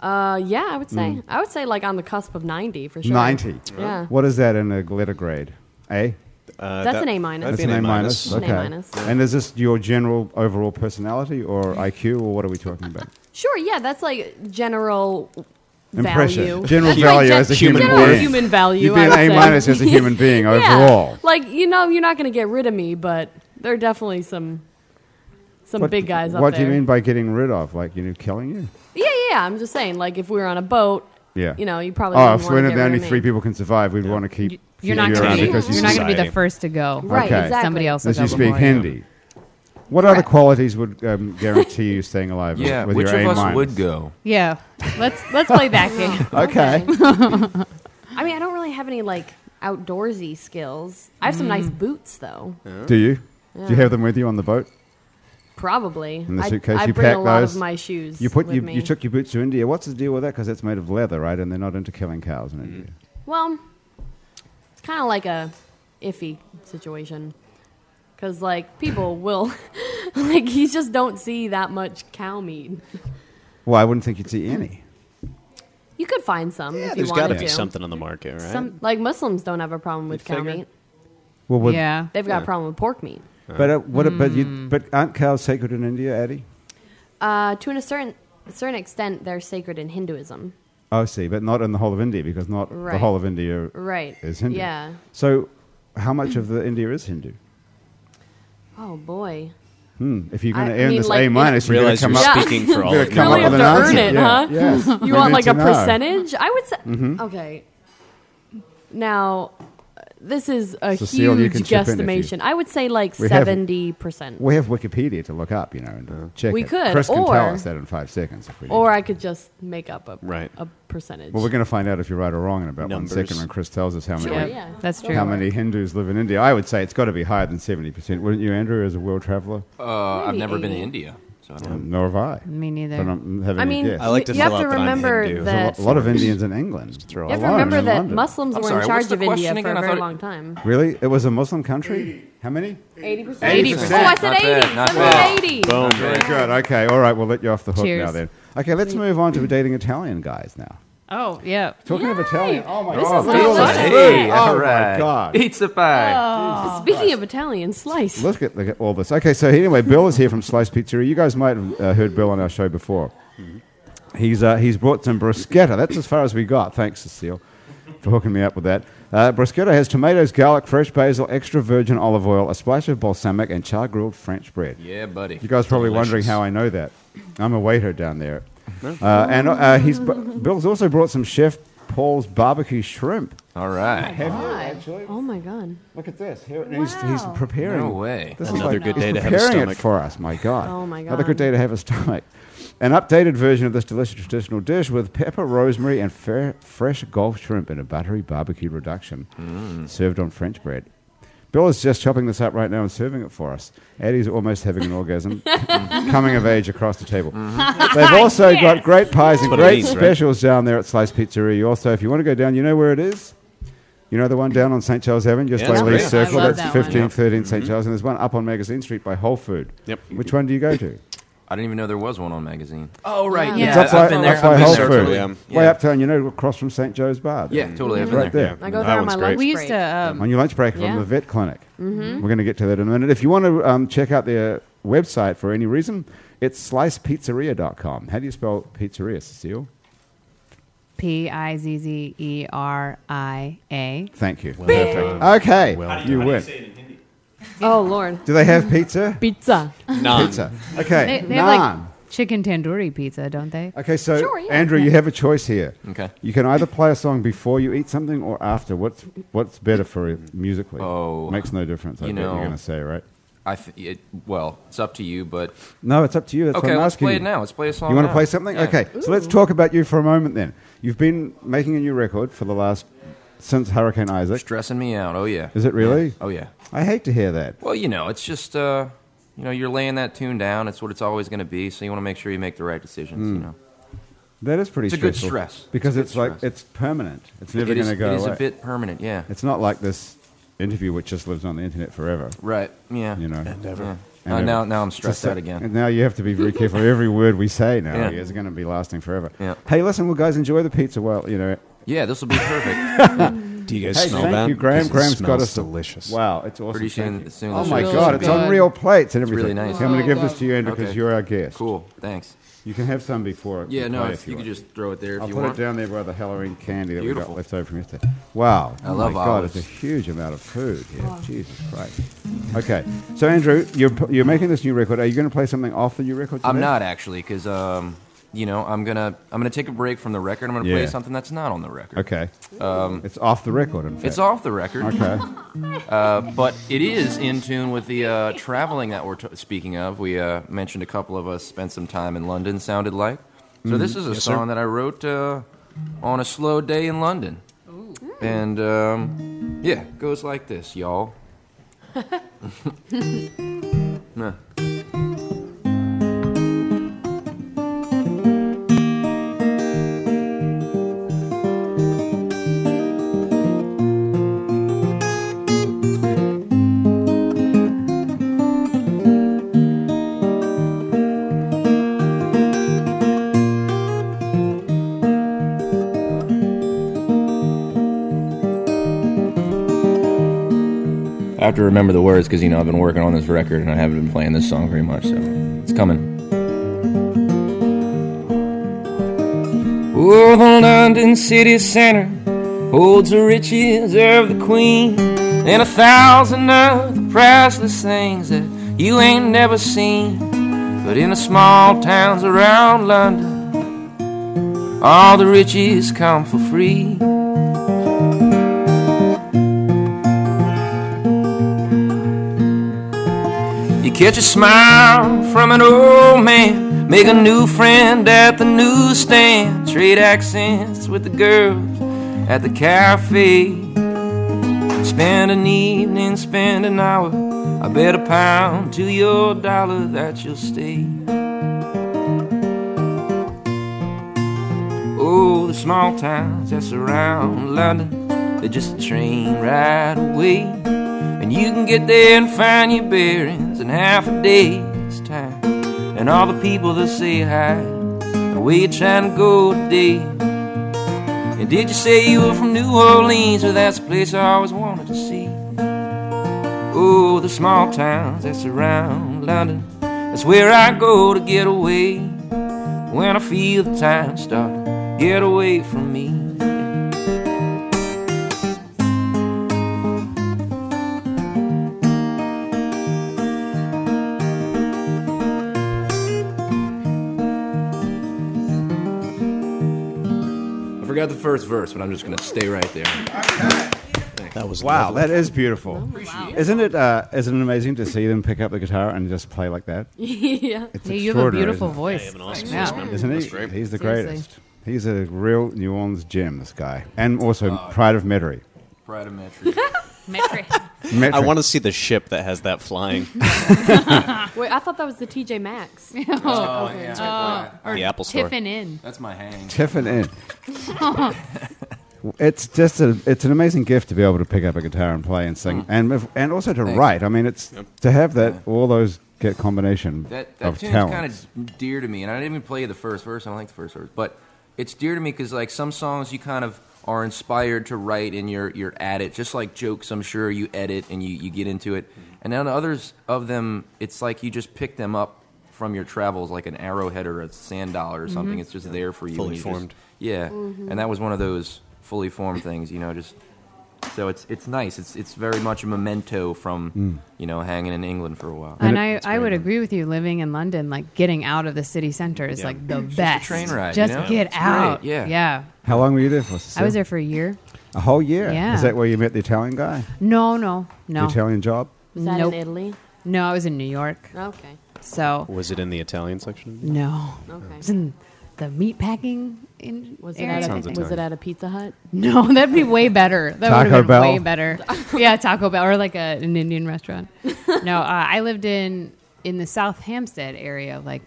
Speaker 2: Uh, yeah, I would say. I would say like on the cusp of 90 for sure.
Speaker 1: 90.
Speaker 2: Yeah.
Speaker 1: Mm. What is that in a glitter grade? A?
Speaker 3: Uh,
Speaker 2: That's an A minus.
Speaker 3: that'd
Speaker 2: That's
Speaker 3: be
Speaker 1: It's an A
Speaker 2: minus.
Speaker 1: minus.
Speaker 2: An A
Speaker 1: Okay.
Speaker 2: minus.
Speaker 1: And is this your general overall personality or IQ or what are we talking about?
Speaker 2: Sure, yeah, that's like general [LAUGHS]
Speaker 1: Impression.
Speaker 2: value.
Speaker 1: General
Speaker 2: That's
Speaker 1: value
Speaker 2: gen-
Speaker 1: as a human
Speaker 2: general
Speaker 1: being.
Speaker 2: human value.
Speaker 1: You'd be
Speaker 2: I
Speaker 1: an
Speaker 2: would
Speaker 1: A
Speaker 2: say.
Speaker 1: minus as a human being
Speaker 2: [LAUGHS] Yeah.
Speaker 1: overall.
Speaker 2: Like, you know, you're not going to get rid of me, but there are definitely some some
Speaker 1: What-
Speaker 2: big guys up
Speaker 1: What
Speaker 2: there.
Speaker 1: do you mean by getting rid of? Like, you know, killing you?
Speaker 2: Yeah, yeah, yeah. I'm just saying, like, if we were on a boat,
Speaker 1: Yeah.
Speaker 2: you know, you probably
Speaker 1: Oh,
Speaker 2: wouldn't
Speaker 1: if
Speaker 2: wanna
Speaker 1: we're
Speaker 2: get
Speaker 1: the
Speaker 2: rid
Speaker 1: only
Speaker 2: of me.
Speaker 1: three people can survive, we'd want to keep
Speaker 5: You're not
Speaker 1: around
Speaker 5: gonna be,
Speaker 1: because
Speaker 5: you're
Speaker 1: you
Speaker 5: not gonna be the
Speaker 3: society.
Speaker 5: first to go.
Speaker 2: Right,
Speaker 1: Okay.
Speaker 2: exactly.
Speaker 5: Somebody else will
Speaker 1: As you
Speaker 5: go
Speaker 1: speak
Speaker 5: before you.
Speaker 1: Hindi. What other qualities would um, guarantee you staying alive? with-
Speaker 4: Yeah,
Speaker 1: with
Speaker 4: which
Speaker 1: your
Speaker 4: of
Speaker 1: A
Speaker 4: us
Speaker 1: minus?
Speaker 4: would go?
Speaker 5: Yeah. Let's let's
Speaker 1: [LAUGHS]
Speaker 5: play that game.
Speaker 1: Okay.
Speaker 2: I mean, I don't really have any, like, outdoorsy skills. I have some nice boots, though.
Speaker 1: Do you? Do you have them with you on the boat?
Speaker 2: Probably.
Speaker 1: In the
Speaker 2: I-
Speaker 1: suitcase,
Speaker 2: I,
Speaker 1: you
Speaker 2: bring
Speaker 1: pack
Speaker 2: a lot
Speaker 1: those.
Speaker 2: of my shoes.
Speaker 1: You put
Speaker 2: with
Speaker 1: you,
Speaker 2: me.
Speaker 1: you took your boots to India. What's the deal with that? Because that's made of leather, right? And they're not into killing cows
Speaker 4: Mm.
Speaker 1: in India.
Speaker 2: Well, it's kind of like a iffy situation. Because,
Speaker 1: [LAUGHS]
Speaker 2: like, people will, [LAUGHS] like, you just don't see that much cow meat.
Speaker 1: Well, I wouldn't think you'd see any.
Speaker 2: You could find some
Speaker 3: Yeah,
Speaker 2: if you
Speaker 3: there's got
Speaker 2: wanted
Speaker 3: to be
Speaker 2: to.
Speaker 3: something on the market, right?
Speaker 5: Some
Speaker 2: Like, Muslims don't have a problem with cow
Speaker 3: figure?
Speaker 2: meat.
Speaker 1: Well, would,
Speaker 5: yeah.
Speaker 2: They've got a problem with pork meat.
Speaker 1: But uh, what? But you? But aren't cows sacred in India, Addie?
Speaker 2: Uh, to an, a certain certain extent, they're sacred in Hinduism.
Speaker 1: Oh, see, but not in the whole of India because not the
Speaker 2: Right.
Speaker 1: whole of India
Speaker 2: Right.
Speaker 1: is Hindu.
Speaker 2: Yeah.
Speaker 1: So, how much of the India is Hindu?
Speaker 2: Oh, boy.
Speaker 1: Hmm. If you're going
Speaker 2: I-
Speaker 1: to
Speaker 2: I
Speaker 1: earn
Speaker 2: mean,
Speaker 1: this
Speaker 2: like,
Speaker 1: A
Speaker 2: in-
Speaker 1: minus, you're going
Speaker 3: Realize
Speaker 1: to come
Speaker 3: you're
Speaker 1: up.
Speaker 3: speaking for all
Speaker 1: you're
Speaker 3: of
Speaker 1: gonna come
Speaker 2: Really
Speaker 1: up with an
Speaker 2: have to earn
Speaker 1: answer.
Speaker 2: it,
Speaker 1: yeah.
Speaker 2: huh?
Speaker 1: Yes. We
Speaker 2: [LAUGHS] You want
Speaker 1: need
Speaker 2: like
Speaker 1: to
Speaker 2: a
Speaker 1: know. Mm-hmm.
Speaker 2: percentage? I would say. Okay. Now, uh, this is a
Speaker 1: Cecile, you
Speaker 2: huge
Speaker 1: can chip in if you-
Speaker 2: guesstimation. I would say like
Speaker 1: We have-
Speaker 2: seventy percent,
Speaker 1: We have Wikipedia to look up, you know, and check
Speaker 2: We
Speaker 1: it.
Speaker 2: could,
Speaker 1: Chris can
Speaker 2: or-
Speaker 1: tell us that in five seconds if we need
Speaker 2: or
Speaker 1: to.
Speaker 2: I could just make up a
Speaker 3: Right.
Speaker 2: a percentage.
Speaker 1: Well, we're going to find out if you're right or wrong in about
Speaker 3: Numbers.
Speaker 1: one second when Chris tells us how many.
Speaker 2: Sure,
Speaker 5: yeah,
Speaker 2: yeah.
Speaker 5: That's true.
Speaker 1: How many Hindus live in India? I would say it's got to be higher than 70%, wouldn't you, Andrew, as a world traveler?
Speaker 3: Oh.
Speaker 4: Uh, I've
Speaker 2: Maybe
Speaker 4: never been to
Speaker 2: eight.
Speaker 4: India, so I don't
Speaker 1: Um, nor have I.
Speaker 5: Me neither.
Speaker 1: But um, I'm having
Speaker 2: I mean,
Speaker 1: a guess.
Speaker 3: I like
Speaker 2: you,
Speaker 3: to
Speaker 2: you have
Speaker 3: fill
Speaker 2: to
Speaker 3: out that I'm Hindu.
Speaker 2: remember
Speaker 3: There's
Speaker 1: There's
Speaker 2: that
Speaker 1: a lo- lot of Indians in England.
Speaker 3: throw
Speaker 2: you have to
Speaker 1: alone in
Speaker 2: remember that
Speaker 1: London.
Speaker 2: Muslims
Speaker 4: I'm
Speaker 2: were
Speaker 4: sorry,
Speaker 2: in
Speaker 4: what's
Speaker 2: charge
Speaker 4: the
Speaker 2: of India
Speaker 4: question
Speaker 2: for
Speaker 4: again?
Speaker 2: a
Speaker 4: I
Speaker 2: very
Speaker 4: thought it-
Speaker 2: long time.
Speaker 1: Really? It was a Muslim country? How many?
Speaker 2: Eighty percent.
Speaker 1: 80%.
Speaker 2: Oh, I said
Speaker 4: Not
Speaker 2: eighty.
Speaker 4: bad, not
Speaker 2: Someone
Speaker 4: bad.
Speaker 2: said eighty.
Speaker 4: Oh,
Speaker 3: Boom.
Speaker 1: Very Oh, good. Okay. All right. We'll let you off the hook
Speaker 5: Cheers.
Speaker 1: now then. Okay. Let's move on to dating Italian guys now.
Speaker 5: oh yeah.
Speaker 1: Talking of Italian. Oh, my
Speaker 2: This
Speaker 1: God.
Speaker 2: is
Speaker 1: Look at all
Speaker 2: awesome.
Speaker 1: this
Speaker 2: Hey,
Speaker 1: food. Oh,
Speaker 4: all
Speaker 1: my
Speaker 4: right.
Speaker 1: God.
Speaker 4: [LAUGHS] Eats the pie.
Speaker 5: Oh.
Speaker 2: Oh. Speaking of Italian slice,
Speaker 1: Look at, look at all this. Okay, so anyway, Bill is here from Slice Pizzeria. You guys might have uh, heard Bill on our show before. He's, uh, he's brought some bruschetta. That's as far as we got. Thanks, Cecile, for hooking me up with that. Uh, bruschetta has tomatoes, garlic, fresh basil, extra virgin olive oil, a splash of balsamic, and char grilled French bread.
Speaker 4: Yeah, buddy.
Speaker 1: You guys probably
Speaker 3: Delicious.
Speaker 1: wondering how I know that. I'm a waiter down there. Uh, and uh, he's, Bill's also brought some Chef Paul's barbecue shrimp.
Speaker 4: All right.
Speaker 1: Have you actually?
Speaker 2: oh my god.
Speaker 1: Look at this. Here, he's, he's preparing.
Speaker 4: No way.
Speaker 1: This
Speaker 3: Another good
Speaker 1: he's
Speaker 3: day to have a
Speaker 1: preparing
Speaker 3: stomach.
Speaker 1: it for us. My God.
Speaker 2: Oh, my
Speaker 1: Another good
Speaker 2: God.
Speaker 1: day to have a stomach. An updated version of this delicious traditional dish with pepper, rosemary, and fair, fresh Gulf shrimp in a buttery barbecue reduction,
Speaker 3: Mm.
Speaker 1: served on French bread. Bill is just chopping this up right now and serving it for us. Eddie's almost
Speaker 2: [LAUGHS]
Speaker 1: having an orgasm, coming of age across the table. [LAUGHS] They've also got great pies
Speaker 3: Mm-hmm.
Speaker 1: and
Speaker 3: what it
Speaker 1: great
Speaker 3: means, right?
Speaker 1: specials down there at Slice Pizzeria. You Also, if you want to go down, you know where it is. You know the one down on St. Charles Avenue, just
Speaker 3: Yeah,
Speaker 1: by
Speaker 3: that's great.
Speaker 1: Lee's Circle.
Speaker 5: I love
Speaker 1: That's
Speaker 5: that
Speaker 1: 15,
Speaker 5: one.
Speaker 1: 13 St. Charles, and there's one up on Magazine Street by Whole Food.
Speaker 3: Yep.
Speaker 1: Which one do you go to?
Speaker 4: I didn't even know there was one on magazine. Oh, right.
Speaker 2: Yeah.
Speaker 4: Yeah,
Speaker 2: It's
Speaker 1: That's
Speaker 4: I've been there.
Speaker 1: that's by
Speaker 4: I've been
Speaker 1: Whole
Speaker 4: there.
Speaker 1: Food.
Speaker 3: totally,
Speaker 1: Way
Speaker 3: um,
Speaker 4: yeah.
Speaker 1: uptown, you know, across from St. Joe's Bar. there.
Speaker 4: Yeah, totally. I've been
Speaker 1: Right there.
Speaker 2: I go
Speaker 3: That
Speaker 2: there on
Speaker 3: one's
Speaker 2: my lunch
Speaker 3: great.
Speaker 5: We used
Speaker 2: break.
Speaker 5: to um,
Speaker 1: On your lunch break
Speaker 2: Yeah.
Speaker 1: from the vet clinic. We're going to get to that in a minute. If you want to um, check out their website for any reason, it's slicepizzeria.com. How do you spell pizzeria, Cecile?
Speaker 5: P I Z Z E R I A.
Speaker 1: Thank you.
Speaker 3: Perfect.
Speaker 1: Okay,
Speaker 3: Well
Speaker 1: you win.
Speaker 2: Oh lord,
Speaker 1: Do they have pizza?
Speaker 2: pizza. [LAUGHS]
Speaker 3: Naan.
Speaker 1: Pizza. Okay,
Speaker 5: They, they have
Speaker 1: naan.
Speaker 5: like chicken tandoori pizza, don't they?
Speaker 1: Okay, so
Speaker 2: Sure, yeah.
Speaker 1: Andrew, you have a choice here.
Speaker 4: Okay.
Speaker 1: You can either play a song before you eat something or after. What's what's better for you musically?
Speaker 4: Oh.
Speaker 1: makes no difference. I
Speaker 4: You
Speaker 1: bet you're
Speaker 4: know.
Speaker 1: going to say right.
Speaker 4: I th- it, well, it's up to you, but
Speaker 1: No, it's up to you. That's what
Speaker 4: okay,
Speaker 1: I'm
Speaker 4: let's
Speaker 1: asking
Speaker 4: play
Speaker 1: you.
Speaker 4: it now. Let's play a song.
Speaker 1: You want to
Speaker 4: now.
Speaker 1: play something?
Speaker 4: Yeah.
Speaker 1: Okay, so let's talk about you for a moment then. You've been making a new record for the last since Hurricane Isaac.
Speaker 4: Stressing me out. Oh yeah.
Speaker 1: Is it really?
Speaker 4: Oh yeah.
Speaker 1: I hate to hear that.
Speaker 4: Well, you know, it's just uh, you know, you're laying that tune down. It's what it's always going to be. So you want to make sure you make the right decisions. You
Speaker 1: Hmm.
Speaker 4: know,
Speaker 1: That is pretty
Speaker 4: It's a good
Speaker 1: stressful.
Speaker 4: stress.
Speaker 1: Because it's,
Speaker 4: It's a good
Speaker 1: like
Speaker 4: stress.
Speaker 1: it's permanent. It's never
Speaker 4: It is-
Speaker 1: going to go
Speaker 4: It is
Speaker 1: away.
Speaker 4: a bit permanent. Yeah.
Speaker 1: It's not like this interview which just lives on the internet forever.
Speaker 4: right. Yeah.
Speaker 1: You know.
Speaker 4: Yeah.
Speaker 1: And
Speaker 4: Uh,
Speaker 1: it-
Speaker 4: now, now I'm
Speaker 1: it's
Speaker 4: stressed
Speaker 1: just-
Speaker 4: out again.
Speaker 1: And now you have to be very careful. Every word we say now
Speaker 4: Yeah.
Speaker 1: is going to be lasting forever.
Speaker 4: Yeah.
Speaker 1: Hey, listen, well, guys, enjoy the pizza while you know.
Speaker 4: Yeah, this will be
Speaker 1: [LAUGHS]
Speaker 4: perfect.
Speaker 6: Do you guys
Speaker 1: Hey,
Speaker 6: smell
Speaker 1: thank
Speaker 6: that?
Speaker 1: you, Graham.
Speaker 6: This
Speaker 1: Graham's got
Speaker 6: smells
Speaker 1: us a-
Speaker 6: delicious.
Speaker 1: Wow, it's awesome.
Speaker 4: Pretty
Speaker 1: Thank
Speaker 4: soon.
Speaker 1: you.
Speaker 4: soon
Speaker 1: Oh
Speaker 4: this
Speaker 1: my
Speaker 4: will-
Speaker 5: really
Speaker 1: God, it's on
Speaker 5: good.
Speaker 1: real plates and everything.
Speaker 4: really nice.
Speaker 1: See, I'm going to
Speaker 5: Oh,
Speaker 1: give this
Speaker 5: wow.
Speaker 1: to you, Andrew, because
Speaker 4: Okay.
Speaker 1: you're our guest.
Speaker 4: cool. Thanks.
Speaker 1: You can have some before.
Speaker 4: Yeah.
Speaker 1: we
Speaker 4: No,
Speaker 1: play
Speaker 4: if
Speaker 1: if
Speaker 4: you could
Speaker 1: want.
Speaker 4: just throw it there if
Speaker 1: I'll
Speaker 4: you
Speaker 1: put
Speaker 4: want.
Speaker 1: it down there by the Halloween candy that we
Speaker 4: Beautiful.
Speaker 1: got left over from yesterday. Wow. Oh
Speaker 4: I love
Speaker 1: my God,
Speaker 4: olives.
Speaker 1: it's a huge amount of food here. Jesus Christ. Okay. So, Andrew, you're, p- you're making this new record. Are you going to play something off the new record?
Speaker 4: I'm
Speaker 1: today?
Speaker 4: not actually because um, you know, I'm gonna I'm gonna take a break from the record. I'm gonna
Speaker 1: Yeah.
Speaker 4: play something that's not on the record.
Speaker 1: Okay. it's off the record, in fact.
Speaker 4: Um, It's off the record,
Speaker 1: Okay.
Speaker 4: [LAUGHS] but it is in tune with the uh, traveling that we're t- speaking of. We uh, mentioned a couple of us spent some time in London. Sounded like. So
Speaker 1: Mm,
Speaker 4: this is a
Speaker 6: sir.
Speaker 4: song that I wrote uh, on a slow day in London, and um, yeah, goes like this, y'all. [LAUGHS] Nah. I have to remember the words because you know I've been working on this record and I haven't been playing this song very much, so it's coming. Oh, the London city center holds the riches of the queen and a thousand other priceless things that you ain't never seen. But in the small towns around London, all the riches come for free. You catch a smile from an old man, make a new friend at the newsstand, trade accents with the girls at the cafe. Spend an evening, spend an hour. I bet a pound to your dollar that you'll stay. Oh, the small towns that surround London, they're just a train ride away. And you can get there and find your bearings in half a day's time. And all the people that say hi, and where you trying to go today? And did you say you were from New Orleans? Well, that's the place I always wanted to see. Oh, the small towns that surround London. That's where I go to get away. When I feel the time start, to get away from me. I forgot the first verse, but I'm just gonna stay right there.
Speaker 6: That was
Speaker 1: Wow,
Speaker 6: lovely.
Speaker 1: that is beautiful. Isn't it? Uh, isn't it amazing to see them pick up the guitar and just play like that?
Speaker 2: yeah.
Speaker 1: It's
Speaker 5: Yeah, you have a
Speaker 1: extraordinary,
Speaker 5: beautiful
Speaker 1: isn't
Speaker 5: voice.
Speaker 6: I have an awesome
Speaker 5: Yeah.
Speaker 6: voice, man.
Speaker 5: [LAUGHS]
Speaker 1: it? Isn't he? He's the
Speaker 5: Seriously.
Speaker 1: greatest. He's a real New Orleans gem. This guy, and also
Speaker 4: Uh,
Speaker 1: pride of Metairie.
Speaker 4: Pride of Metro.
Speaker 5: Metric.
Speaker 6: I want to see the ship that has that [LAUGHS] flying.
Speaker 2: Wait, I thought that was the TJ Maxx. [LAUGHS]
Speaker 4: Oh, yeah.
Speaker 5: or
Speaker 6: The Apple Store.
Speaker 5: Tiffin in.
Speaker 4: That's my [LAUGHS] hang.
Speaker 1: Tiffin
Speaker 5: [LAUGHS]
Speaker 1: in. it's just a, it's an amazing gift to be able to pick up a guitar and play and
Speaker 4: Mm.
Speaker 1: sing, and if, and also to write. I mean, it's to have that all those get combination
Speaker 4: That that
Speaker 1: of
Speaker 4: tune's
Speaker 1: talent.
Speaker 4: kind of dear to me, and I didn't even play you the first verse. I don't like the first verse, but it's dear to me because like some songs you kind of are inspired to write, and you're you're at it. Just like jokes, I'm sure you edit and you you get into it. And then others of them, it's like you just pick them up from your travels, like an arrowhead or a sand dollar or something. It's just there for you.
Speaker 6: Fully
Speaker 4: and you just-
Speaker 6: formed.
Speaker 4: yeah, and that was one of those fully formed things, you know, just. So it's it's nice. It's it's very much a memento from you know hanging in England for a while.
Speaker 5: And I, I would agree with you. Living in London, like getting out of the city center is
Speaker 6: Yeah.
Speaker 5: like the best.
Speaker 4: train ride, you
Speaker 5: Just
Speaker 4: know?
Speaker 5: get
Speaker 4: It's great,
Speaker 5: out.
Speaker 4: yeah.
Speaker 5: yeah.
Speaker 1: How long were you there for?
Speaker 5: I was there for a year.
Speaker 1: a whole year.
Speaker 5: Yeah.
Speaker 1: Is that where you met the Italian guy?
Speaker 5: No, no, no,
Speaker 1: The Italian job.
Speaker 2: Was that
Speaker 5: Nope.
Speaker 2: in Italy?
Speaker 5: no. I was in New York,
Speaker 2: Okay.
Speaker 5: so
Speaker 6: Was it in the Italian section?
Speaker 5: no. I was
Speaker 2: Okay.
Speaker 5: in the meatpacking in
Speaker 2: Was it,
Speaker 5: area.
Speaker 2: at a,
Speaker 3: Sounds
Speaker 2: was it at a Pizza Hut?
Speaker 5: No, [LAUGHS] that'd be way better. That would
Speaker 1: Taco
Speaker 5: have been
Speaker 1: Bell.
Speaker 5: way better. Yeah, Taco Bell or like a, an Indian restaurant. no, uh, I lived in in the South Hampstead area, like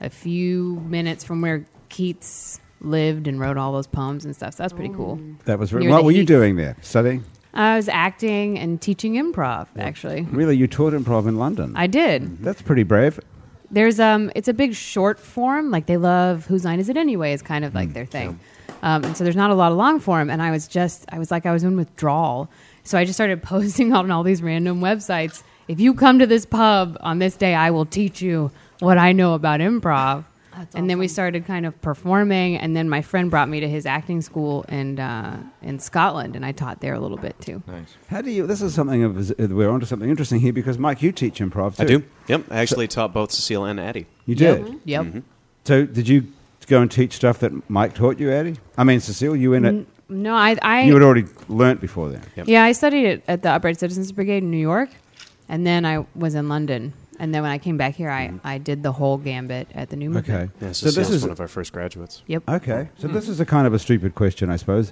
Speaker 5: a few minutes from where Keats lived and wrote all those poems and stuff. So that's pretty cool.
Speaker 1: That was
Speaker 5: Near
Speaker 1: what
Speaker 5: the
Speaker 1: were you
Speaker 5: Heath.
Speaker 1: doing there? Studying?
Speaker 5: I was acting and teaching improv. Actually,
Speaker 1: Really, you taught improv in London.
Speaker 5: I did.
Speaker 1: That's pretty brave.
Speaker 5: There's um, it's a big short form. Like they love whose line is it anyway? Is kind of
Speaker 1: Mm,
Speaker 5: like their thing. Um, and so there's not a lot of long form. And I was just, I was like, I was in withdrawal. So I just started [LAUGHS] posting on all these random websites. If you come to this pub on this day, I will teach you what I know about improv.
Speaker 2: That's
Speaker 5: and then we
Speaker 2: awesome.
Speaker 5: started kind of performing. And then my friend brought me to his acting school and uh, in Scotland, and I taught there a little bit too.
Speaker 4: Nice.
Speaker 1: How do you? This is something of uh, we're onto something interesting here because Mike, you teach improv too.
Speaker 6: I do. Yep. I actually taught both Cecile and Addie.
Speaker 1: You did. Mm-hmm.
Speaker 5: Yep.
Speaker 1: So did you go and teach stuff that Mike taught you, Addie? I mean, Cecile, you in it?
Speaker 5: No, I, I
Speaker 1: you had already learnt before then.
Speaker 6: Yep.
Speaker 5: Yeah, I studied it at the Upright Citizens Brigade in New York, and then I was in London. And then when I came back here, I, I did the whole gambit at the New
Speaker 1: Mm-hmm. Okay.
Speaker 5: Movement.
Speaker 6: Yeah,
Speaker 1: so
Speaker 6: Cecile's
Speaker 1: this is
Speaker 6: one of our first graduates.
Speaker 5: Yep.
Speaker 1: okay. So
Speaker 5: Hmm.
Speaker 1: this is a kind of a stupid question, I suppose.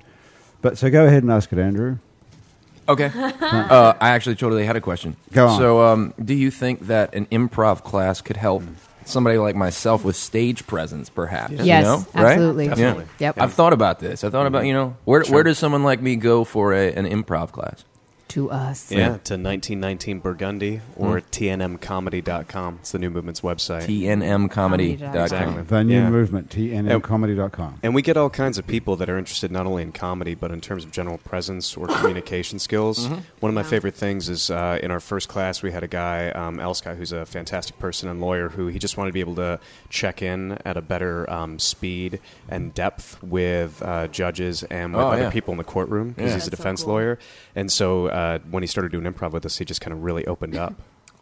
Speaker 1: But so go ahead and ask it, Andrew.
Speaker 5: [LAUGHS]
Speaker 4: Okay. uh, I actually totally had a question.
Speaker 1: Go on.
Speaker 4: So, um, do you think that an improv class could help somebody like myself with stage presence, perhaps? you
Speaker 5: Yes,
Speaker 4: know? Right?
Speaker 5: absolutely.
Speaker 4: Yeah.
Speaker 6: Definitely.
Speaker 5: Yep.
Speaker 4: I've thought about this. I thought about, you know, where, where does someone like me go for a, an improv class?
Speaker 5: to us.
Speaker 6: Yeah, to 1919 Burgundy or
Speaker 1: Hmm.
Speaker 6: tnmcomedy.com. It's the new movement's website.
Speaker 4: TNMcomedy.com.
Speaker 6: Exactly.
Speaker 1: The new
Speaker 6: Yeah.
Speaker 1: movement, tnmcomedy.com.
Speaker 6: and we get all kinds of people that are interested not only in comedy but in terms of general presence or communication skills. One of my favorite things is uh, in our first class we had a guy, um, Al Scott, who's a fantastic person and lawyer, who he just wanted to be able to check in at a better um, speed and depth with uh, judges and with
Speaker 4: Oh,
Speaker 6: other
Speaker 4: yeah.
Speaker 6: people in the courtroom because
Speaker 4: Yeah.
Speaker 6: he's a
Speaker 2: That's so
Speaker 6: defense
Speaker 2: cool.
Speaker 6: lawyer. And so uh, when he started doing improv with us, he just kind of really opened up.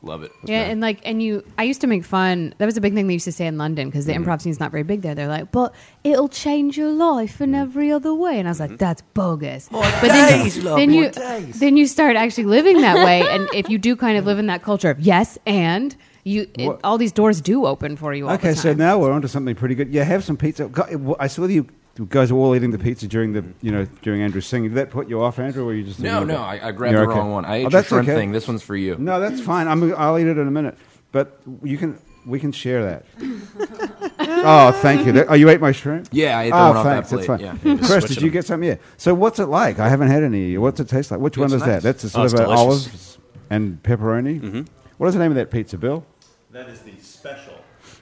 Speaker 4: Love it.
Speaker 5: Yeah, and like, and you, I used to make fun. That was a big thing they used to say in London because the
Speaker 1: Mm-hmm.
Speaker 5: improv scene's not very big there. They're like, but it'll change your life
Speaker 1: Mm-hmm.
Speaker 5: in every other way. And I was like, that's bogus. but then, then you, then you start actually living that way.
Speaker 1: [LAUGHS]
Speaker 5: and if you do kind of live in that culture of yes and you, it-
Speaker 1: What-
Speaker 5: all these doors do open for you. All
Speaker 1: Okay,
Speaker 5: the
Speaker 1: so
Speaker 5: time.
Speaker 1: now we're onto something pretty good. Yeah, have some pizza. Go- I saw that you guys were all eating the pizza during the, you know, during Andrew's singing. Did that put you off, Andrew, or were you just?
Speaker 4: No,
Speaker 1: ignored
Speaker 4: no,
Speaker 1: it?
Speaker 4: I, I grabbed
Speaker 1: You're
Speaker 4: the
Speaker 1: okay.
Speaker 4: wrong one. I ate
Speaker 1: Oh,
Speaker 4: your
Speaker 1: that's
Speaker 4: friend
Speaker 1: okay.
Speaker 4: thing. This one's for you.
Speaker 1: No, that's fine. I'm, I'll eat it in a minute. But you can, we can share
Speaker 5: [LAUGHS]
Speaker 1: that. oh, thank you. That- Oh, you ate my shrimp?
Speaker 4: Yeah, I ate the
Speaker 1: oh,
Speaker 4: one off that
Speaker 1: thanks. That's
Speaker 4: plate.
Speaker 1: fine.
Speaker 4: Yeah.
Speaker 1: Chris,
Speaker 6: Switch
Speaker 1: did you
Speaker 6: them.
Speaker 1: get some? Yeah. So what's it like? I haven't had any. What's it taste like? Which one
Speaker 4: It's
Speaker 1: is that?
Speaker 4: nice.
Speaker 1: That's a
Speaker 6: Oh,
Speaker 1: sort
Speaker 6: it's
Speaker 1: of a
Speaker 6: delicious.
Speaker 1: olives and pepperoni. Mm-hmm. What is the name of that pizza, Bill?
Speaker 7: That is the special.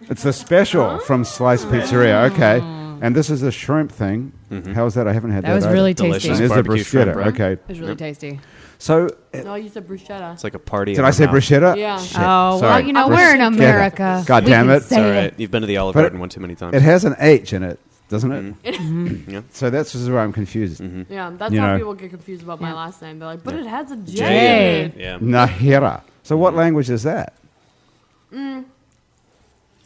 Speaker 1: It's the special from Slice Pizzeria. Okay. And this is a shrimp thing. How is that? I haven't had that.
Speaker 5: Mm. That was
Speaker 1: either.
Speaker 5: really tasty.
Speaker 6: Delicious
Speaker 1: And this is a
Speaker 6: Mm-hmm. barbecue shrimp.
Speaker 1: bruschetta.
Speaker 6: bread.
Speaker 1: Okay.
Speaker 5: It was really tasty.
Speaker 1: So uh,
Speaker 2: No, you said bruschetta.
Speaker 6: It's like a party.
Speaker 1: did
Speaker 6: in
Speaker 1: I
Speaker 6: our
Speaker 1: say
Speaker 6: mouth.
Speaker 1: bruschetta?
Speaker 2: Yeah.
Speaker 1: Shit.
Speaker 5: Oh, well,
Speaker 1: Sorry.
Speaker 5: you know,
Speaker 1: Bruschetta.
Speaker 5: we're in America.
Speaker 1: God
Speaker 5: We
Speaker 1: damn
Speaker 5: can
Speaker 1: it.
Speaker 5: say
Speaker 6: It's all right. You've been to the Olive
Speaker 1: But it-
Speaker 6: Garden one too many times.
Speaker 1: It has an H in it, doesn't it? [CLEARS THROAT]
Speaker 6: Mm-hmm. Yeah. Mm-hmm.
Speaker 1: So that's just where I'm confused.
Speaker 2: Yeah, that's
Speaker 1: You
Speaker 2: how
Speaker 1: know.
Speaker 2: people get confused about my
Speaker 5: Yeah.
Speaker 2: last name. They're like, but it has a J.
Speaker 5: J.
Speaker 2: in it."
Speaker 6: Yeah.
Speaker 1: Nahira. So
Speaker 6: Mm-hmm.
Speaker 1: what language is that?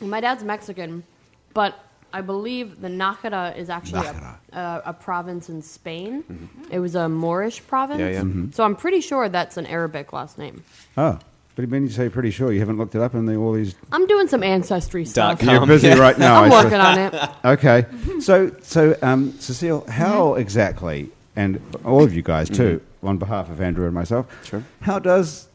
Speaker 2: My dad's Mexican, but I believe the Nájera is actually a, a, a province in Spain. It was a Moorish province.
Speaker 6: Mm-hmm. Yeah, yeah. Mm-hmm.
Speaker 2: So I'm pretty sure that's an Arabic last name.
Speaker 1: Oh, but when you say pretty sure, you haven't looked it up in the, all these.
Speaker 2: I'm doing some ancestry
Speaker 6: Dot
Speaker 2: stuff.
Speaker 6: com.
Speaker 1: You're busy
Speaker 6: [LAUGHS]
Speaker 1: right now.
Speaker 2: I'm
Speaker 1: I
Speaker 2: working on it.
Speaker 1: Okay. So, so um, Cecile, how exactly, and all of you guys too, on behalf of Andrew and myself,
Speaker 6: Sure.
Speaker 1: how does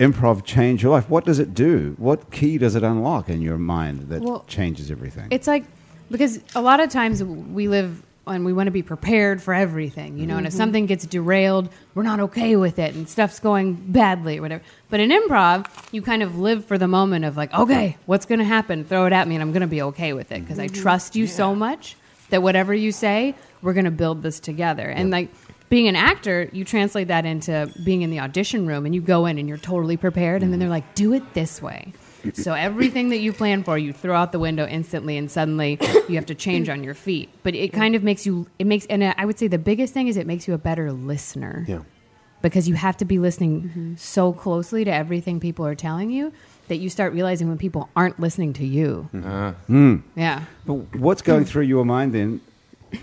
Speaker 1: improv change your life? What does it do? What key does it unlock in your mind that
Speaker 5: Well,
Speaker 1: changes everything?
Speaker 5: It's like because a lot of times we live and we want to be prepared for everything, you know. And if something gets derailed, we're not okay with it, and stuff's going badly or whatever. But in improv, you kind of live for the moment of like, okay, what's going to happen? Throw it at me, and I'm going to be okay with it because I trust you so much that whatever you say, we're going to build this together. And like being an actor, you translate that into being in the audition room, and you go in and you're totally prepared, and then they're like, do it this way. So everything that you plan for, you throw out the window instantly, and suddenly you have to change on your feet. But it kind of makes you. It makes, and uh, I would say the biggest thing is it makes you a better listener.
Speaker 6: Yeah.
Speaker 5: Because you have to be listening so closely to everything people are telling you that you start realizing when people aren't listening to you. Yeah.
Speaker 1: But what's going through your mind then?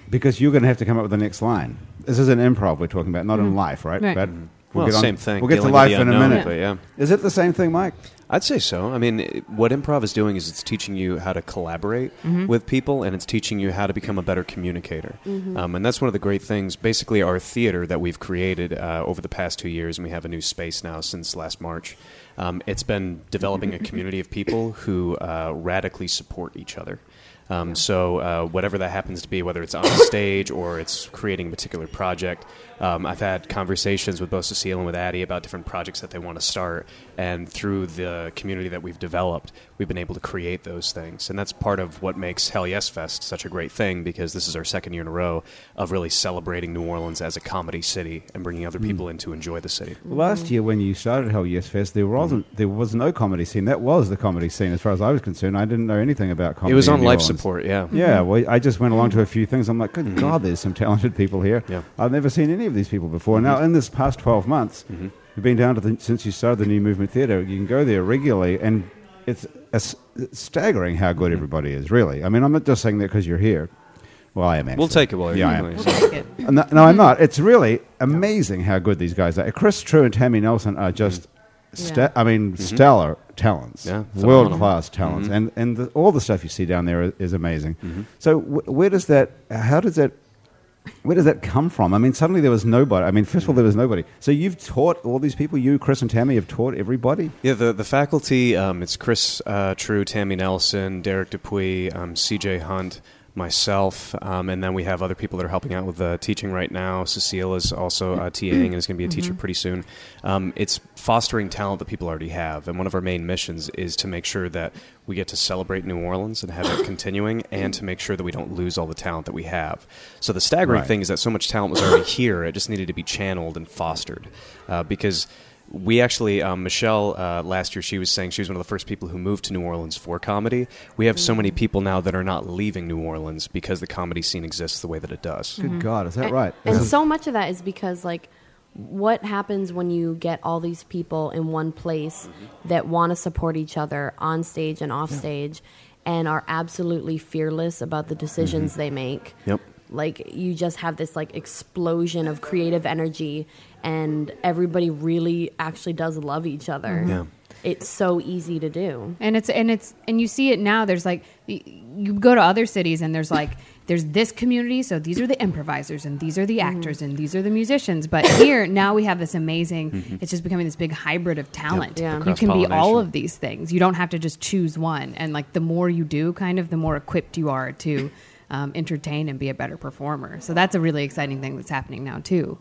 Speaker 1: Because you're going to have to come up with the next line. This is an improv we're talking about, not in life, right?
Speaker 5: Right.
Speaker 1: But
Speaker 6: Well,
Speaker 1: get on-
Speaker 6: same thing,
Speaker 1: We'll get to
Speaker 6: dealing with
Speaker 1: life
Speaker 6: the
Speaker 1: in a
Speaker 6: unknown,
Speaker 1: minute.
Speaker 6: but yeah.
Speaker 1: Is it the same thing, Mike?
Speaker 6: I'd say so. I mean, it- what improv is doing is it's teaching you how to collaborate with people, and it's teaching you how to become a better communicator. Um, and that's one of the great things. Basically, our theater that we've created uh, over the past two years, and we have a new space now since last March. Um, it's been developing a community of people who uh, radically support each other. Um, So uh, whatever that happens to be, whether it's on stage or it's creating a particular project, um, I've had conversations with both Cecile and with Addie about different projects that they want to start, and through the community that we've developed, we've been able to create those things, and that's part of what makes Hell Yes Fest such a great thing because this is our second year in a row of really celebrating New Orleans as a comedy city and bringing
Speaker 1: Hmm.
Speaker 6: other people in to enjoy the city.
Speaker 1: Last year, when you started Hell Yes Fest, there wasn't there was no comedy scene. That was the comedy scene, as far as I was concerned. I didn't know anything about comedy.
Speaker 6: It was
Speaker 1: in
Speaker 6: on
Speaker 1: New
Speaker 6: life
Speaker 1: Orleans.
Speaker 6: support, Mm-hmm. yeah.
Speaker 1: Yeah, well, I just went along to a few things. I'm like, good God, there's some talented people here.
Speaker 6: Yeah. Mm-hmm.
Speaker 1: I've never seen any of these people before. Now, in this past 12 months, you've been down to the, since you started the New Movement Theatre. You can go there regularly, and it's, a s- it's staggering how good
Speaker 6: Mm-hmm.
Speaker 1: everybody is, really. I mean, I'm not just saying that because you're here. Well, I am actually.
Speaker 6: We'll take it while you're
Speaker 1: Yeah, I
Speaker 6: doing
Speaker 1: am.
Speaker 6: it.
Speaker 5: Take it.
Speaker 1: No, no,
Speaker 2: Mm.
Speaker 1: I'm not. It's really amazing how good these guys are. Chris True and Tammy Nelson are just,
Speaker 2: Mm. Yeah.
Speaker 1: sta- I mean,
Speaker 4: Mm-hmm.
Speaker 1: stellar talents,
Speaker 6: Yeah, phenomenal.
Speaker 1: world class talents, and and the, all the stuff you see down there is, is amazing.
Speaker 4: Mm-hmm.
Speaker 1: So wh- where does that? How does that? Where does that come from? I mean, suddenly there was nobody. I mean, first of all, there was nobody. So you've taught all these people. You, Chris, and Tammy have taught everybody.
Speaker 2: Mm-hmm.
Speaker 6: Yeah, the, the faculty, um, it's Chris uh, True, Tammy Nelson, Derek Dupuy, um, CJ Hunt, myself, um, and then we have other people that are helping out with the teaching right now. Cecile is also uh, TAing and is going to be a teacher pretty soon. Um, it's fostering talent that people already have, and one of our main missions is to make sure that we get to celebrate New Orleans and have it continuing, and to make sure that we don't lose all the talent that we have. So the staggering
Speaker 1: Right.
Speaker 6: thing is that so much talent was
Speaker 1: [LAUGHS]
Speaker 6: already here, it just needed to be channeled and fostered, uh, because we actually um, michelle uh, last year she was saying she was one of the first people who moved to new orleans for comedy we have so
Speaker 1: Mm.
Speaker 6: many people now that are not leaving new orleans because the comedy scene exists the way that it does
Speaker 1: Good God, is that right?
Speaker 2: And
Speaker 1: Is it-
Speaker 2: so much of that is because like what happens when you get all these people in one place
Speaker 1: Mm-hmm.
Speaker 2: that want to support each other on stage and off stage and are absolutely fearless about the decisions
Speaker 1: Mm-hmm.
Speaker 2: they make.
Speaker 6: Yep.
Speaker 2: Like you just have this like explosion of creative energy and everybody really actually does love each other.
Speaker 1: Mm-hmm.
Speaker 6: Yeah.
Speaker 2: It's so easy to do.
Speaker 5: and it's and it's and you see it now there's like y- you go to other cities and there's like there's this community so these are the improvisers and these are the actors and these are the musicians but here now we have this amazing it's just becoming this big hybrid of talent
Speaker 2: Yeah.
Speaker 5: you can be all
Speaker 6: Cross-pollination.
Speaker 5: of these things you don't have to just choose one and like the more you do kind of the more equipped you are to um, entertain and be a better performer so that's a really exciting thing that's happening now too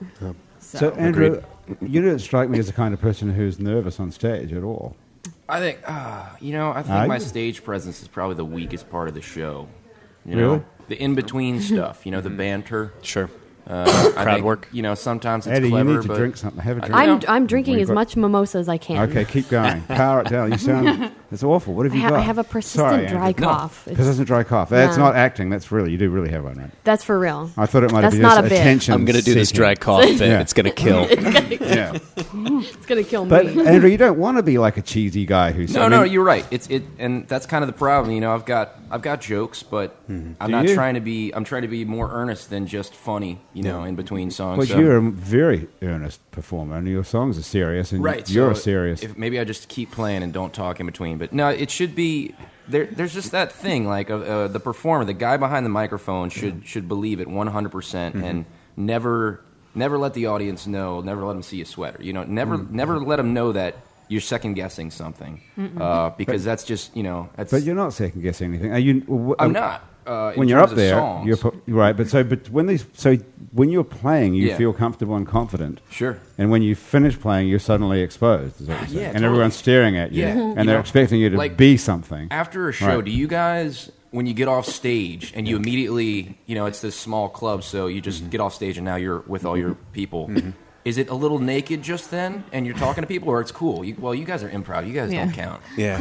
Speaker 5: so,
Speaker 1: so Andrew, you don't strike me as the kind of person who's nervous on stage at all.
Speaker 4: I think, uh, you know, I think
Speaker 1: Are
Speaker 4: my
Speaker 1: you?
Speaker 4: stage presence is probably the weakest part of the show. You
Speaker 1: Really?
Speaker 4: know, the
Speaker 1: [LAUGHS]
Speaker 4: in between stuff. You know, the banter,
Speaker 6: sure
Speaker 4: uh, I
Speaker 6: Crowd
Speaker 4: think,
Speaker 6: work.
Speaker 4: You know, sometimes it's
Speaker 1: Eddie,
Speaker 4: clever,
Speaker 1: you need to
Speaker 4: but
Speaker 1: drink something. Have a
Speaker 4: I-
Speaker 1: drink.
Speaker 4: know.
Speaker 2: I'm I'm drinking
Speaker 1: We've
Speaker 2: as
Speaker 1: got-
Speaker 2: much mimosa as I can.
Speaker 1: Okay, keep
Speaker 2: [LAUGHS]
Speaker 1: going. Power it down. You sound it's awful. What have
Speaker 2: I,
Speaker 1: you
Speaker 2: ha-
Speaker 1: got?
Speaker 2: I have a persistent
Speaker 1: Sorry,
Speaker 2: dry
Speaker 1: Andrew.
Speaker 2: cough. It's-
Speaker 1: Persistent dry cough. That's
Speaker 2: No.
Speaker 1: not acting. That's really you do really have one, right?
Speaker 2: That's for real.
Speaker 1: I thought it might
Speaker 2: That's
Speaker 1: be
Speaker 2: not
Speaker 1: just
Speaker 2: a bit.
Speaker 1: attention.
Speaker 6: i'm going to do this
Speaker 1: seeking.
Speaker 6: dry cough thing
Speaker 1: [LAUGHS] Yeah.
Speaker 6: it's going to kill
Speaker 4: [LAUGHS]
Speaker 1: Yeah,
Speaker 2: It's gonna kill
Speaker 1: but
Speaker 2: me.
Speaker 1: Andrew, you don't want to be like a cheesy guy who's
Speaker 4: No,
Speaker 1: I mean,
Speaker 4: no, you're right. It's it, and that's kind of the problem. You know, I've got I've got jokes, but I'm
Speaker 1: Hmm. Do
Speaker 4: not
Speaker 1: you?
Speaker 4: trying to be. I'm trying to be more earnest than just funny. You know, in between songs.
Speaker 1: Well,
Speaker 4: so-
Speaker 1: you're a very earnest performer, and your songs are serious, and
Speaker 4: right.
Speaker 1: you're
Speaker 4: so
Speaker 1: serious.
Speaker 4: If, maybe I just keep playing and don't talk in between. But no, it should be. There, there's just that thing like uh, uh, the performer, the guy behind the microphone
Speaker 1: Mm-hmm.
Speaker 4: should should believe it 100 percent and never never let the audience know, never let them see a sweater. You know, never
Speaker 1: Mm-hmm.
Speaker 4: never let them know that you're second guessing something uh, because that's just you know that's
Speaker 1: but you're not second guessing anything. Are you? w-
Speaker 4: I'm
Speaker 1: um,
Speaker 4: not. Uh, in
Speaker 1: when you're
Speaker 4: terms
Speaker 1: up
Speaker 4: of
Speaker 1: there,
Speaker 4: songs.
Speaker 1: you're pu- right. But so, but when these, so when you're playing, you
Speaker 4: Yeah.
Speaker 1: feel comfortable and confident.
Speaker 4: Sure. Ah,
Speaker 1: And when you finish playing, you're suddenly exposed, is what you're saying.
Speaker 4: Yeah,
Speaker 1: and
Speaker 4: totally.
Speaker 1: everyone's staring at you,
Speaker 4: Yeah.
Speaker 1: and they're
Speaker 4: You know,
Speaker 1: expecting you to
Speaker 4: like,
Speaker 1: be something.
Speaker 4: After a show,
Speaker 1: Right.
Speaker 4: do you guys, when you get off stage and you immediately, you know, it's this small club, so you just get off stage and now you're with all your people. Is it a little naked just then, and you're talking to people, or it's cool? You, well, you guys are improv. You guys
Speaker 5: Yeah.
Speaker 4: don't count.
Speaker 1: [LAUGHS]
Speaker 6: yeah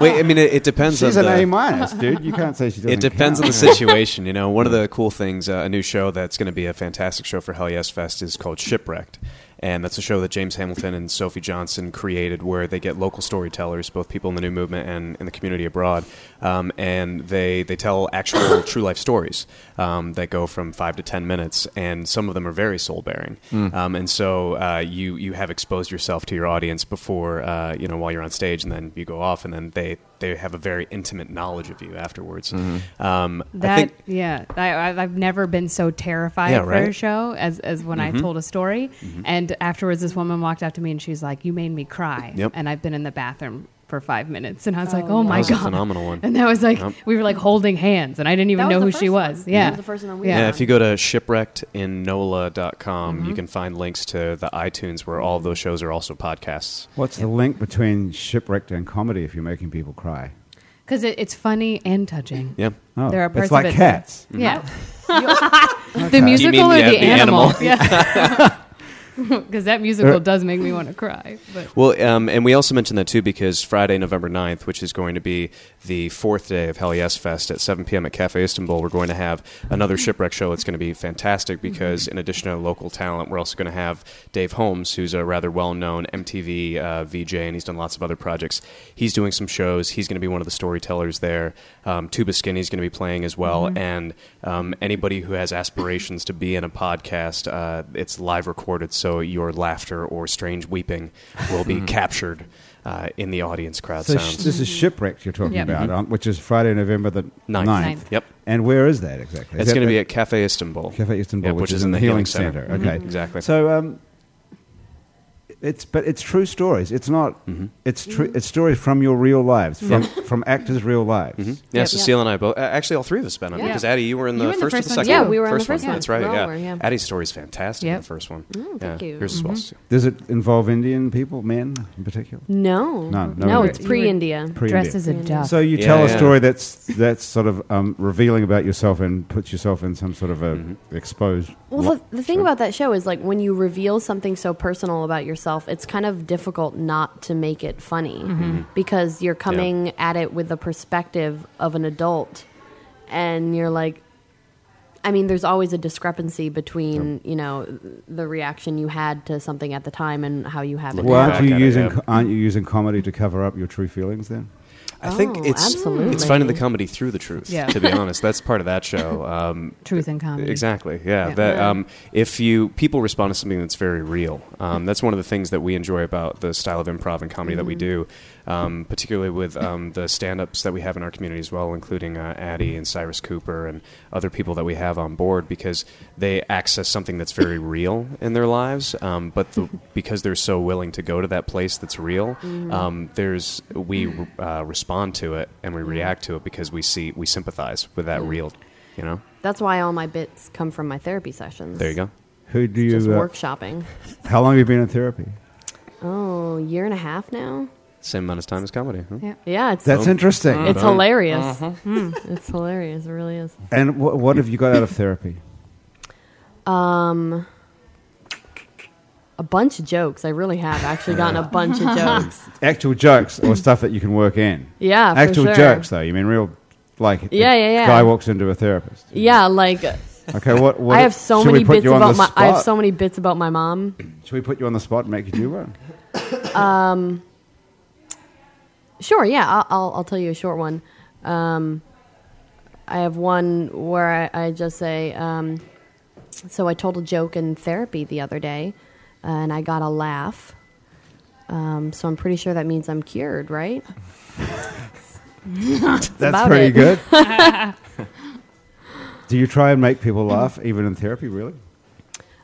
Speaker 6: wait i mean it, it depends
Speaker 1: She's
Speaker 6: on
Speaker 1: an
Speaker 6: the
Speaker 1: A minus, dude. You can't say she doesn't.
Speaker 6: It depends on
Speaker 1: [LAUGHS] count.
Speaker 6: the situation. You know, one of the cool things, uh, a new show that's going to be a fantastic show for Hell Yes Fest is called Shipwrecked. And that's a show that James Hamilton and Sophie Johnson created where they get local storytellers, both people in the new movement and in the community abroad, um, and they, they tell actual [COUGHS] true life stories um, that go from five to ten minutes, and some of them are very soul bearing. Um, and so uh, you, you have exposed yourself to your audience before, uh, you know, while you're on stage, and then you go off, and then they, they have a very intimate knowledge of you afterwards. Um,
Speaker 5: That
Speaker 6: I think,
Speaker 5: yeah, I, I- I've never been so terrified
Speaker 6: Yeah,
Speaker 5: for
Speaker 6: right? Mm-hmm.
Speaker 5: a show as as when I told a story. And afterwards, this woman walked up to me and she's like, "You made me cry,"
Speaker 6: Yep.
Speaker 5: and I've been in the bathroom for five minutes, and I was like,
Speaker 2: Oh,
Speaker 5: "Oh my
Speaker 6: That was a
Speaker 5: god!"
Speaker 6: phenomenal one.
Speaker 5: And that was like
Speaker 6: Yep.
Speaker 5: we were like holding hands, and I didn't even
Speaker 2: That
Speaker 5: know who
Speaker 2: was the
Speaker 5: she
Speaker 2: first one.
Speaker 5: was.
Speaker 2: That
Speaker 5: Yeah,
Speaker 2: was the first one that we
Speaker 5: Yeah. Mm-hmm.
Speaker 2: did.
Speaker 6: Yeah, if you go to shipwreckedinnola.com, you can find links to the iTunes where all of those shows are also podcasts.
Speaker 1: What's the link between shipwrecked and comedy if you're making people cry?
Speaker 5: because it, it's funny and touching.
Speaker 6: Yeah.
Speaker 1: Oh,
Speaker 5: There are parts
Speaker 1: it's like
Speaker 5: of it that-
Speaker 1: cats.
Speaker 5: Yeah. the musical
Speaker 6: Mm-hmm. mean
Speaker 5: or
Speaker 6: the-
Speaker 5: the,
Speaker 6: the
Speaker 5: animal?
Speaker 6: animal?
Speaker 5: Yeah.
Speaker 6: [LAUGHS]
Speaker 5: [LAUGHS] Because that musical does make me want to cry. But
Speaker 6: Well, um, and we also mentioned that too because Friday, November 9th, which is going to be the fourth day of Hell Yes Fest at 7 p.m. at Cafe Istanbul, we're going to have another shipwreck show. It's going to be fantastic
Speaker 5: Mm-hmm.
Speaker 6: because, in addition to local talent, we're also going to have Dave Holmes, who's a rather well known MTV uh, VJ, and he's done lots of other projects. He's doing some shows. He's going to be one of the storytellers there. Um, Tuba Skinny's going to be playing as well.
Speaker 1: Mm-hmm.
Speaker 6: And um, anybody who has aspirations to be in a podcast, uh, it's live recorded, so your laughter or strange weeping will be captured uh, in the audience crowd
Speaker 1: Mm-hmm. So sh-
Speaker 6: sounds.
Speaker 1: this is shipwrecked you're talking
Speaker 5: Yep.
Speaker 1: about, um, which is Friday, November the 9th.
Speaker 6: Ninth.
Speaker 5: Ninth.
Speaker 6: Yep.
Speaker 1: And where is that exactly? Is
Speaker 6: it's
Speaker 1: that
Speaker 6: going to
Speaker 1: the-
Speaker 6: be at Cafe Istanbul.
Speaker 1: Cafe Istanbul,
Speaker 6: Yeah,
Speaker 1: which, is in the Healing Center. Okay,
Speaker 6: Mhm, Exactly.
Speaker 1: So, um, it's but it's true stories. It's not.
Speaker 6: Mm-hmm.
Speaker 1: It's
Speaker 2: Mm-hmm.
Speaker 1: true. It's stories from your real lives, from from actors' real lives.
Speaker 6: Yeah,
Speaker 2: Yep.
Speaker 6: so
Speaker 2: Yep.
Speaker 6: Seal and I both. uh, Actually, all three of us been on it
Speaker 5: Yeah.
Speaker 6: because Addie, you were in
Speaker 5: You
Speaker 6: the
Speaker 5: were in the
Speaker 6: first or the
Speaker 5: first one,
Speaker 6: second.
Speaker 5: too.
Speaker 6: one.
Speaker 5: Yeah,
Speaker 2: we were in the first one.
Speaker 6: That's right.
Speaker 2: We all
Speaker 6: Yeah.
Speaker 2: were, yeah.
Speaker 6: Addie's story's fantastic in
Speaker 5: Yep.
Speaker 6: the first one.
Speaker 2: Oh, thank
Speaker 6: yeah.
Speaker 2: you.
Speaker 6: Yours as well. Sue.
Speaker 1: Does it involve Indian people, men in particular?
Speaker 2: No,
Speaker 1: No, no,
Speaker 2: no,
Speaker 1: we-
Speaker 2: it's pre-India.
Speaker 1: Pre-
Speaker 5: dressed as a
Speaker 2: Yeah.
Speaker 5: duck.
Speaker 1: So you
Speaker 6: Yeah,
Speaker 1: tell a
Speaker 6: yeah.
Speaker 1: story that's that's sort of um, revealing about yourself and puts yourself in some sort of a
Speaker 6: Mm-hmm.
Speaker 1: exposed.
Speaker 2: Well, the, the thing about that show is like when you reveal something so personal about yourself, it's kind of difficult not to make it funny because you're coming at it with the perspective of an adult, and you're like, I mean, there's always a discrepancy between you know the reaction you had to something at the time and how you have it.
Speaker 1: well,
Speaker 2: now.
Speaker 6: back
Speaker 1: aren't you
Speaker 6: at it,
Speaker 1: using
Speaker 6: yeah.
Speaker 1: aren't you using comedy to cover up your true feelings then?
Speaker 6: I think
Speaker 2: Oh,
Speaker 6: it's
Speaker 2: absolutely.
Speaker 6: it's finding the comedy through the truth.
Speaker 5: Yeah.
Speaker 6: To be honest, that's part of
Speaker 2: [LAUGHS]
Speaker 6: that show. Um,
Speaker 5: Truth and comedy.
Speaker 6: Exactly. Yeah.
Speaker 5: Yeah.
Speaker 6: That
Speaker 5: Yeah.
Speaker 6: um, if you people respond to something that's very real, um, that's one of the things that we enjoy about the style of improv and comedy that
Speaker 5: Mm-hmm.
Speaker 6: we do, um, particularly with um, the stand-ups that we have in our community as well, including uh, Addie and Cyrus Cooper and other people that we have on board, because they access something that's
Speaker 5: [LAUGHS]
Speaker 6: very real in their lives. Um, but the, because they're so willing to go to that place that's real,
Speaker 5: Mm-hmm.
Speaker 6: um, there's we uh, respond to it and
Speaker 5: Mm-hmm.
Speaker 6: we react to it because we see we sympathize with that real. You know.
Speaker 2: That's why all my bits come from my therapy sessions.
Speaker 6: There you go.
Speaker 1: Who do you?
Speaker 2: Just
Speaker 1: uh,
Speaker 2: workshopping.
Speaker 1: How long have you been in therapy?
Speaker 2: Oh, year and a half now.
Speaker 6: Same amount of time as comedy. Huh?
Speaker 5: Yeah.
Speaker 2: Yeah, it's
Speaker 1: That's interesting.
Speaker 2: It's hilarious.
Speaker 1: Mm-hmm.
Speaker 2: Hmm, It's hilarious. It really is.
Speaker 1: And wh- what have you got out of therapy?
Speaker 2: A bunch of jokes. I really have actually gotten a
Speaker 1: [LAUGHS]
Speaker 2: bunch of jokes.
Speaker 1: [LAUGHS] Actual jokes or stuff that you can work in?
Speaker 2: Yeah, for
Speaker 1: Actual
Speaker 2: sure.
Speaker 1: jokes, though. You mean real, like, the
Speaker 2: Yeah, yeah, yeah.
Speaker 1: guy walks into a therapist.
Speaker 2: Yeah, like
Speaker 1: Okay, what? what
Speaker 2: [LAUGHS] I have so
Speaker 1: should we
Speaker 2: many
Speaker 1: put
Speaker 2: bits
Speaker 1: you on
Speaker 2: about
Speaker 1: the
Speaker 2: my. I have
Speaker 1: spot?
Speaker 2: so many bits about my mom.
Speaker 1: Should we put you on the spot and make you do
Speaker 2: [LAUGHS]
Speaker 1: one?
Speaker 2: Sure. Yeah, I'll I'll, I'll tell you a short one. Um, I have one where I, I just say. Um, so I told a joke in therapy the other day, uh, and I got a laugh. Um, so I'm pretty sure that means I'm cured, right?
Speaker 1: That's
Speaker 2: about
Speaker 1: pretty
Speaker 2: it.
Speaker 1: good.
Speaker 2: [LAUGHS]
Speaker 1: do you try and make people laugh even in therapy? Really?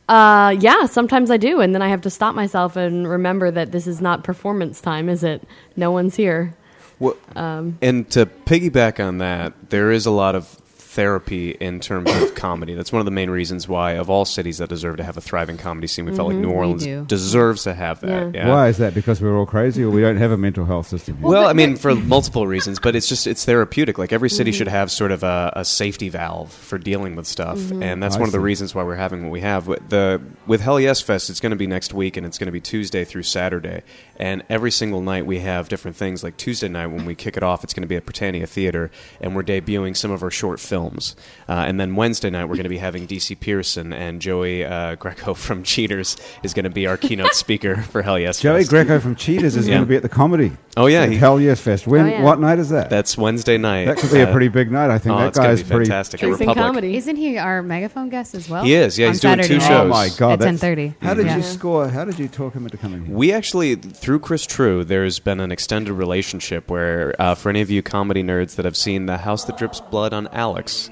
Speaker 2: Uh, yeah, sometimes I do, and then I have to stop myself and remember that this is not performance time, is it? No one's here.
Speaker 6: Well, and to piggyback on that, there is a lot of therapy in terms of comedy. That's one of the main reasons why, of all cities that deserve to have a thriving comedy scene, we felt like New Orleans
Speaker 5: do.
Speaker 6: deserves to have that. Yeah.
Speaker 1: Why is that? Because we're all crazy, or we don't have a mental health system?
Speaker 6: [LAUGHS]
Speaker 1: Here?
Speaker 6: Well, I mean, for multiple reasons, but it's just it's therapeutic. Like every city should have sort of a, a safety valve for dealing with stuff, and that's
Speaker 1: I
Speaker 6: one of the
Speaker 1: see.
Speaker 6: reasons why we're having what we have. With the with Hell Yes Fest, it's going to be next week, and it's going to be Tuesday through Saturday, and every single night we have different things. Like Tuesday night when we kick it off, it's going to be at Britannia Theater, and we're debuting some of our short films films. Uh, and then Wednesday night, we're going to be having DC Pearson and Joey uh, Greco [LAUGHS] from Cheaters is going to be our keynote speaker for Hell Yes.
Speaker 1: Joey
Speaker 6: Fest.
Speaker 1: Greco from Cheaters is
Speaker 6: Yeah.
Speaker 1: going to be at the comedy.
Speaker 6: Oh, yeah,
Speaker 1: At
Speaker 6: he-
Speaker 1: Hell Yes Fest. When?
Speaker 2: Oh, yeah.
Speaker 1: What night is that?
Speaker 6: That's Wednesday night.
Speaker 1: that could be a
Speaker 6: Uh,
Speaker 1: pretty big night. I think
Speaker 6: oh,
Speaker 1: that
Speaker 6: it's gonna
Speaker 1: guy's
Speaker 6: be
Speaker 1: pretty.
Speaker 6: fantastic. at
Speaker 2: He's in
Speaker 6: Republic.
Speaker 2: comedy.
Speaker 5: Isn't he our megaphone guest as well?
Speaker 6: He is, yeah,
Speaker 5: On
Speaker 6: he's doing
Speaker 5: Saturday
Speaker 6: two
Speaker 5: night.
Speaker 1: Oh
Speaker 6: shows.
Speaker 1: my god!
Speaker 5: At
Speaker 1: that's-
Speaker 5: 10:30.
Speaker 1: How did
Speaker 5: Yeah.
Speaker 1: you score? How did you talk him into coming here?
Speaker 6: We actually, through Chris True, there's been an extended relationship where, uh, for any of you comedy nerds that have seen The House That Drips Blood on Alex,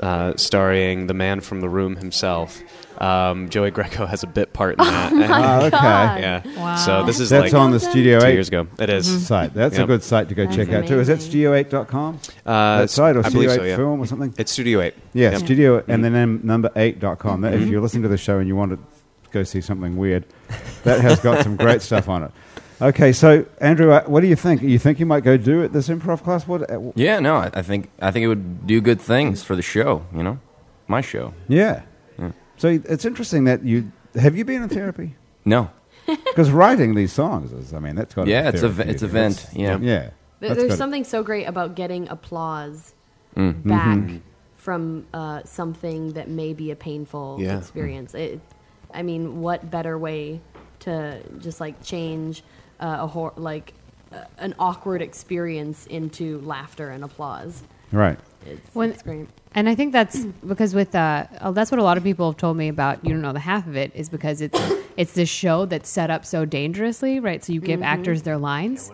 Speaker 6: uh, starring the man from the room himself, um, Joey Greco has a bit part in that. [LAUGHS]
Speaker 1: Oh, okay.
Speaker 6: yeah.
Speaker 5: Wow.
Speaker 6: So this is
Speaker 1: That's
Speaker 6: like
Speaker 1: on the Studio
Speaker 6: two
Speaker 1: 8
Speaker 6: years ago. It is.
Speaker 1: site. That's a
Speaker 6: Yep.
Speaker 1: good site to go
Speaker 2: That's
Speaker 1: check out too. Is that
Speaker 2: amazing.
Speaker 1: studio8.com?
Speaker 6: Uh,
Speaker 1: that site or
Speaker 6: I
Speaker 1: Studio
Speaker 6: believe
Speaker 1: 8
Speaker 6: so, yeah.
Speaker 1: Film or something?
Speaker 6: It's Studio 8.
Speaker 1: Yeah,
Speaker 6: Yep. Mm-hmm.
Speaker 1: studio and then num- number 8.com. That, If you're listening to the show and you want to go see something weird, that has got some
Speaker 6: [LAUGHS]
Speaker 1: great stuff on it. Okay, so Andrew, uh, what do you think? You think you might go do it this improv class? What? uh,
Speaker 4: Yeah, no, I, I think I think it would do good things for the show. You know, my show.
Speaker 1: Yeah. So it's interesting that you have you been in therapy
Speaker 4: No,
Speaker 1: because writing these songs is, I mean, that's got
Speaker 4: yeah, it's a
Speaker 1: therapeutic.
Speaker 4: it's a vent. Yeah,
Speaker 1: Yeah,
Speaker 2: There-
Speaker 1: that's
Speaker 2: There's
Speaker 1: got-
Speaker 2: something so great about getting applause
Speaker 6: Mm.
Speaker 2: back
Speaker 6: Mm-hmm.
Speaker 2: from uh, something that may be a painful
Speaker 6: Yeah. Mm.
Speaker 2: experience. It, I mean, what better way to just like change uh, a hor- like uh, an awkward experience into laughter and applause?
Speaker 1: right.
Speaker 2: It's,
Speaker 5: When-
Speaker 2: it's great.
Speaker 5: And I think that's because with uh, oh, that's what a lot of people have told me about. You don't know the half of it is because it's [COUGHS] it's this show that's set up so dangerously, right? So you give actors their lines.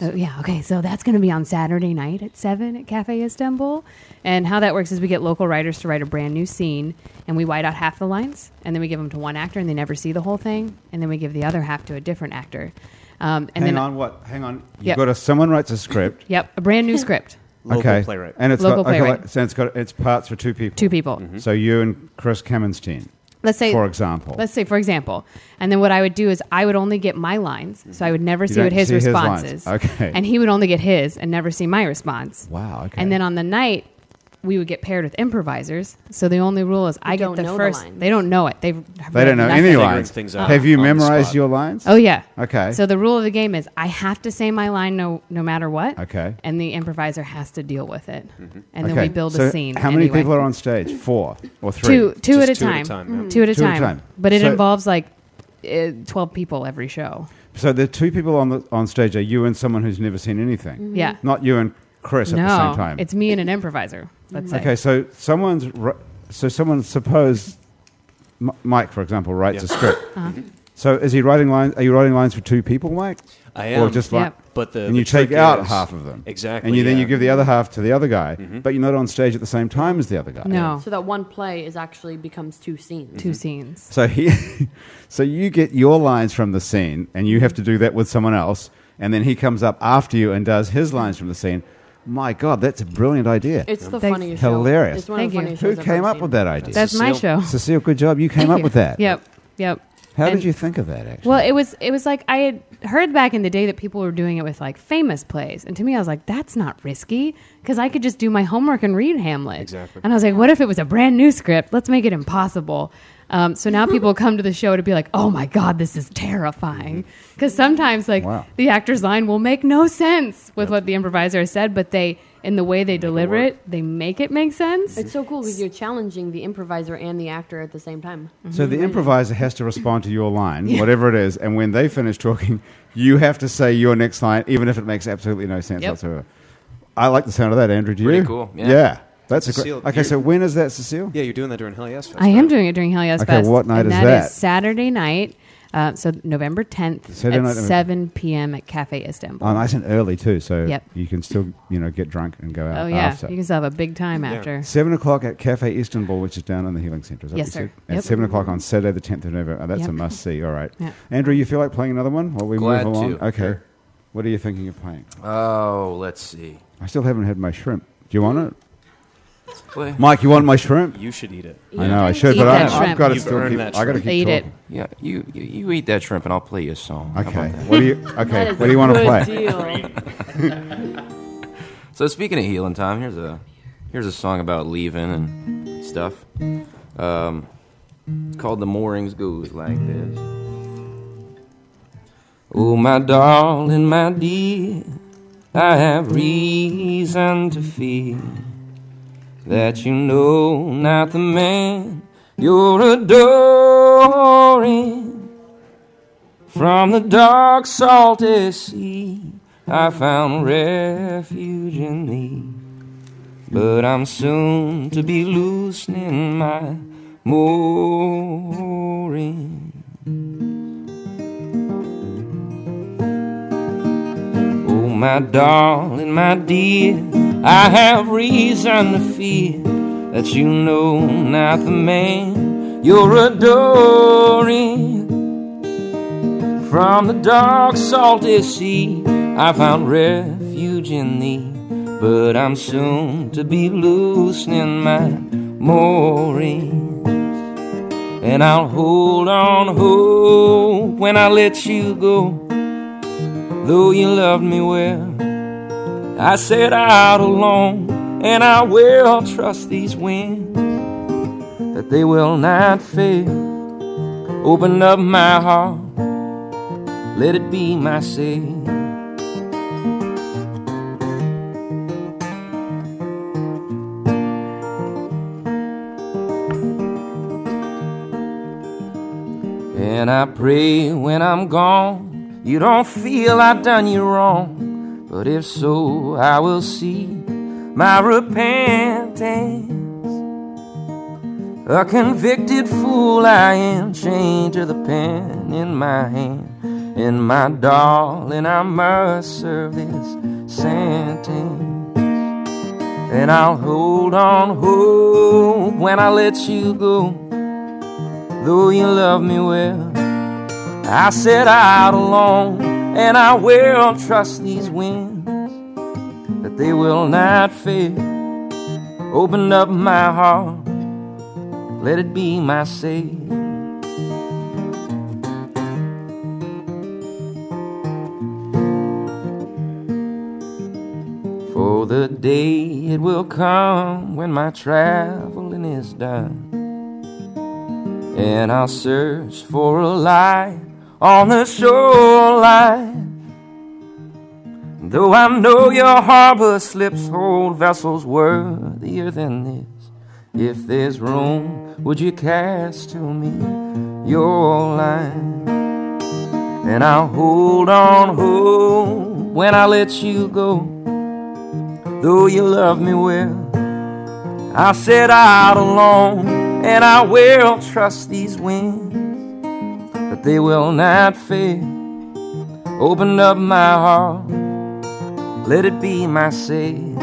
Speaker 5: Oh, yeah. Okay. So that's going to be on Saturday night at seven at Cafe Istanbul. And how that works is we get local writers to write a brand new scene, and we white out half the lines, and then we give them to one actor, and they never see the whole thing, and then we give the other half to a different actor. Um, and
Speaker 1: Hang
Speaker 5: then,
Speaker 1: on, what? Hang on. You've
Speaker 5: Yep.
Speaker 1: got a, someone writes a script.
Speaker 5: yep, a brand new script.
Speaker 6: Local
Speaker 1: okay.
Speaker 6: playwright.
Speaker 1: And it's
Speaker 5: Local
Speaker 1: got, okay,
Speaker 5: playwright.
Speaker 1: like- so it's got it's parts for two people.
Speaker 5: Two people.
Speaker 4: Mm-hmm.
Speaker 1: So you and Chris Kamenstein.
Speaker 5: Let's say,
Speaker 1: for example.
Speaker 5: Let's say, for example, and then what I would do is I would only get my lines, so I would never see what
Speaker 1: don't
Speaker 5: his
Speaker 1: see his
Speaker 5: response
Speaker 1: lines.
Speaker 5: is.
Speaker 1: Okay.
Speaker 5: and he would only get his and never see my response.
Speaker 1: Wow, okay.
Speaker 5: And then on the night, we would get paired with improvisers. So the only rule is I
Speaker 2: don't
Speaker 5: get the
Speaker 2: know the
Speaker 5: first.
Speaker 2: lines.
Speaker 5: they don't know it. They've
Speaker 1: They don't know any
Speaker 6: Figuring
Speaker 1: lines.
Speaker 6: things out
Speaker 1: Have you
Speaker 6: on the
Speaker 1: memorized
Speaker 6: spot.
Speaker 1: your lines?
Speaker 5: Oh yeah.
Speaker 1: Okay.
Speaker 5: So the rule of the game is I have to say my line no no matter what.
Speaker 1: Okay.
Speaker 5: And the improviser has to deal with it,
Speaker 2: Mm-hmm.
Speaker 5: and then
Speaker 1: Okay,
Speaker 5: we build
Speaker 1: so
Speaker 5: a scene.
Speaker 1: How many
Speaker 5: anyway.
Speaker 1: people are on stage? Four or three?
Speaker 5: Two, two
Speaker 6: Just
Speaker 5: at a
Speaker 6: two at a
Speaker 5: time.
Speaker 6: time, yeah.
Speaker 5: Two at a
Speaker 1: Two at a
Speaker 5: time.
Speaker 1: time.
Speaker 5: But it
Speaker 1: So-
Speaker 5: involves like uh, 12 people every show.
Speaker 1: So the two people on the on stage are you and someone who's never seen anything.
Speaker 5: Yeah.
Speaker 1: Not you and Chris at
Speaker 5: Mm. no,
Speaker 1: the same time.
Speaker 5: it's me and an improviser. That's
Speaker 1: okay.
Speaker 5: it.
Speaker 1: So someone's ri- so someone suppose M- Mike, for example, writes a
Speaker 6: Yeah. [LAUGHS] Uh-huh.
Speaker 1: script. So is he writing lines? Are you writing lines for two people, Mike?
Speaker 6: I
Speaker 1: Or
Speaker 6: am.
Speaker 1: just like,
Speaker 5: Yep.
Speaker 6: But the,
Speaker 1: and
Speaker 6: the
Speaker 1: you take
Speaker 6: trick
Speaker 1: out
Speaker 6: is-
Speaker 1: half of them
Speaker 6: Exactly.
Speaker 1: and you, then
Speaker 6: yeah. Mm-hmm.
Speaker 1: you give the other half to the other guy, but you're not on stage at the same time as the other guy.
Speaker 5: No,
Speaker 2: So that one play is actually becomes two scenes.
Speaker 5: two scenes.
Speaker 1: So he, [LAUGHS] so you get your lines from the scene, and you have to do that with someone else, and then he comes up after you and does his lines from the scene. My God, that's a brilliant idea.
Speaker 2: It's the
Speaker 5: Thanks.
Speaker 2: funniest show.
Speaker 1: Hilarious.
Speaker 2: It's one
Speaker 5: Thank
Speaker 2: of the
Speaker 5: you.
Speaker 2: funniest
Speaker 1: Who
Speaker 2: shows I've ever
Speaker 1: came up
Speaker 2: seen.
Speaker 1: with that idea?
Speaker 5: That's my
Speaker 6: Cecile.
Speaker 5: show.
Speaker 1: Cecile, good job. You came
Speaker 5: Thank
Speaker 1: up
Speaker 5: you.
Speaker 1: with that.
Speaker 5: Yep, yep.
Speaker 1: How
Speaker 5: And-
Speaker 1: did you think of that? Actually,
Speaker 5: Well, it was it was like I had heard back in the day that people were doing it with like famous plays, and to me, I was like, that's not risky because I could just do my homework and read Hamlet.
Speaker 6: Exactly.
Speaker 5: And I was like, what if it was a brand new script? Let's make it impossible. Um, so now people come to the show to be like, oh my god, this is terrifying because sometimes like
Speaker 1: Wow.
Speaker 5: the actor's line will make no sense with what the improviser has said, but they in the way they deliver
Speaker 6: work.
Speaker 5: it, they make it make sense.
Speaker 2: It's so cool because you're challenging the improviser and the actor at the same time.
Speaker 1: so the improviser has to respond to your line, whatever it is, and when they finish talking, you have to say your next line, even if it makes absolutely no sense
Speaker 5: Yep.
Speaker 1: whatsoever. I like the sound of that, Andrew. Do
Speaker 4: Pretty
Speaker 1: you?
Speaker 4: cool, yeah.
Speaker 1: That's a
Speaker 6: Cecile,
Speaker 1: great. Okay,
Speaker 6: you're-
Speaker 1: so when is that, Cecile?
Speaker 6: Yeah, you're doing that during Hell Yes Fest.
Speaker 5: I am
Speaker 6: right?
Speaker 5: doing it during Hell Yes
Speaker 1: Okay,
Speaker 5: Fest.
Speaker 1: what night
Speaker 5: and
Speaker 1: is
Speaker 5: that
Speaker 1: that?
Speaker 5: is Saturday night. Uh, so November 10th
Speaker 1: Saturday
Speaker 5: at
Speaker 1: night, November-
Speaker 5: 7 p.m. at Cafe Istanbul.
Speaker 1: Oh, nice and early too, so
Speaker 5: Yep.
Speaker 1: you can still you know get drunk and go out.
Speaker 5: oh, yeah.
Speaker 1: after.
Speaker 5: You can still have a big time after.
Speaker 1: Seven o'clock at Cafe Istanbul, which is down on the Healing Centre. Is that
Speaker 5: Yes,
Speaker 1: what you
Speaker 5: sir.
Speaker 1: said? At
Speaker 5: Yep.
Speaker 1: seven o'clock on Saturday, the tenth of November. Oh, that's a
Speaker 5: Yep.
Speaker 1: must see. All right,
Speaker 5: Yeah.
Speaker 1: Andrew, you feel like playing another one while we
Speaker 4: Glad
Speaker 1: move along?
Speaker 4: to.
Speaker 1: Okay, what are you thinking of playing?
Speaker 4: Oh, let's see.
Speaker 1: I still haven't had my shrimp. Do you want it,
Speaker 4: Play-
Speaker 1: Mike? You want my shrimp?
Speaker 6: You should eat it.
Speaker 1: I know I
Speaker 2: it.
Speaker 1: should,
Speaker 5: Eat
Speaker 1: but I,
Speaker 5: that
Speaker 1: I've
Speaker 5: shrimp.
Speaker 1: got to
Speaker 6: You've
Speaker 1: still
Speaker 6: earned
Speaker 1: keep.
Speaker 6: that
Speaker 1: I got to
Speaker 6: shrimp.
Speaker 1: keep
Speaker 5: Eat it.
Speaker 1: talking.
Speaker 4: Yeah, you, you you eat that shrimp and I'll play you a song. How about
Speaker 1: Okay,
Speaker 4: that?
Speaker 1: what do you?
Speaker 2: That
Speaker 1: Okay,
Speaker 2: is
Speaker 1: what
Speaker 2: a
Speaker 1: do you want to
Speaker 2: good
Speaker 1: play?
Speaker 2: deal. Oh
Speaker 4: So speaking of healing, Tom, here's a here's a song about leaving and stuff. Um, it's called "The Moorings Goes Like This." Oh, my darling, my dear, I have reason to fear that you know not the man you're adoring. From the dark, salty sea, I found refuge in thee. But I'm soon to be loosening my mooring. Oh, my darling, my dear, I have reason to fear that you know not the man you're adoring. From the dark, salty sea, I found refuge in thee, but I'm soon to be loosening my moorings. And I'll hold on hope when I let you go though you loved me well. I set out alone, and I will trust these winds that they will not fail. Open up my heart, let it be my sail. And I pray when I'm gone, you don't feel I've done you wrong. But if so, I will see my repentance. A convicted fool I am, chained to the pen in my hand. And my darling, I must serve this sentence. And I'll hold on hope when I let you go though you love me well. I set out alone, and I will trust these winds that they will not fail. Open up my heart, let it be my sail. For the day it will come when my traveling is done and I'll search for a light on the shoreline. Though I know your harbor slips hold vessels worthier than this, if there's room, would you cast to me your line? And I'll hold on hope when I let you go. Though you love me well, I set out alone, and I will trust these winds that they will not fail. Open up my heart, let it be my sail.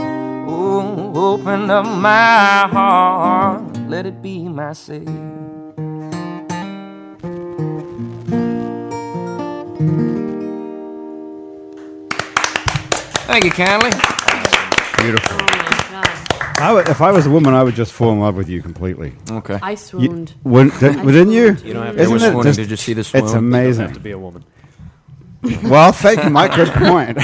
Speaker 4: Oh, open up my heart, let it be my sail. Thank you, kindly.
Speaker 1: Beautiful.
Speaker 2: my God.
Speaker 1: I would, if I was a woman, I would just fall in love with you completely.
Speaker 4: Okay.
Speaker 2: I
Speaker 1: You-
Speaker 2: swooned.
Speaker 1: wouldn't, did,
Speaker 2: I
Speaker 1: wouldn't you?
Speaker 2: swooned. You
Speaker 6: don't have to-
Speaker 1: Isn't
Speaker 4: was
Speaker 1: it
Speaker 4: swooning.
Speaker 1: just-
Speaker 4: Did you see the
Speaker 1: It's
Speaker 4: swoon?
Speaker 1: amazing.
Speaker 6: be a woman.
Speaker 1: Well, thank you, Mike. Good point.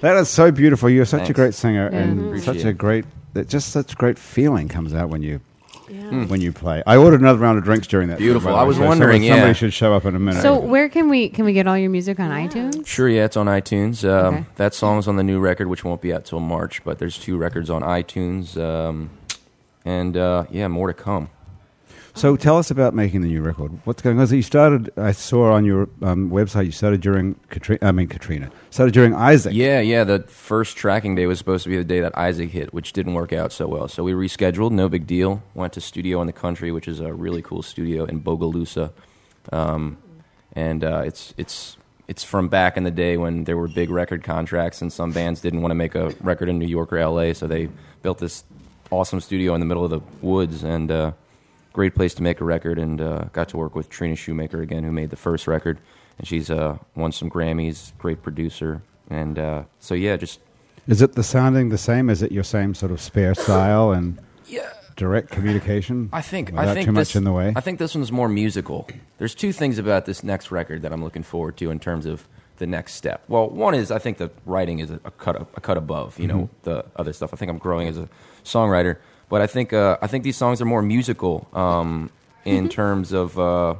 Speaker 1: [LAUGHS] that is so beautiful. You're such a
Speaker 4: Thanks.
Speaker 1: great singer and
Speaker 4: Appreciate
Speaker 1: such a
Speaker 4: it.
Speaker 1: great, that just such great feeling comes out when you
Speaker 2: Yeah.
Speaker 1: when you play. I ordered another round of drinks during that.
Speaker 4: Beautiful.
Speaker 1: by the
Speaker 4: I
Speaker 1: way,
Speaker 4: was
Speaker 1: so
Speaker 4: wondering,
Speaker 1: Somebody, somebody
Speaker 4: yeah.
Speaker 1: should show up in a minute.
Speaker 5: So where can we can we get all your music on iTunes?
Speaker 4: Sure, yeah, it's on iTunes. Um,
Speaker 5: Okay.
Speaker 4: That song's on the new record, which won't be out till March, but there's two records on iTunes. Um, and uh, yeah, more to come.
Speaker 1: so tell us about making the new record. What's going on? So you started. I saw on your um, website you started during Katrina. I mean Katrina. Started during Isaac.
Speaker 4: Yeah, yeah, the first tracking day was supposed to be the day that Isaac hit, which didn't work out so well. So we rescheduled, no big deal. Went to Studio in the Country, which is a really cool studio in Bogalusa. Um, and uh, it's, it's, it's from back in the day when there were big record contracts and some bands didn't want to make a record in New York or LA, so they built this awesome studio in the middle of the woods and uh, great place to make a record and uh, got to work with Trina Shoemaker again who made the first record and she's uh, won some Grammys great producer and uh, so yeah just
Speaker 1: Is it the sounding the same? Is it your same sort of spare style
Speaker 4: [LAUGHS]
Speaker 1: and direct communication?
Speaker 4: I think
Speaker 1: without
Speaker 4: I think
Speaker 1: too
Speaker 4: this,
Speaker 1: much in the way.
Speaker 4: I think this one's more musical. There's two things about this next record that I'm looking forward to in terms of the next step. Well, one is I think the writing is a, a cut a, cut above, you know, the other stuff. I think I'm growing as a songwriter, but I think uh, I think these songs are more musical um, in terms of uh,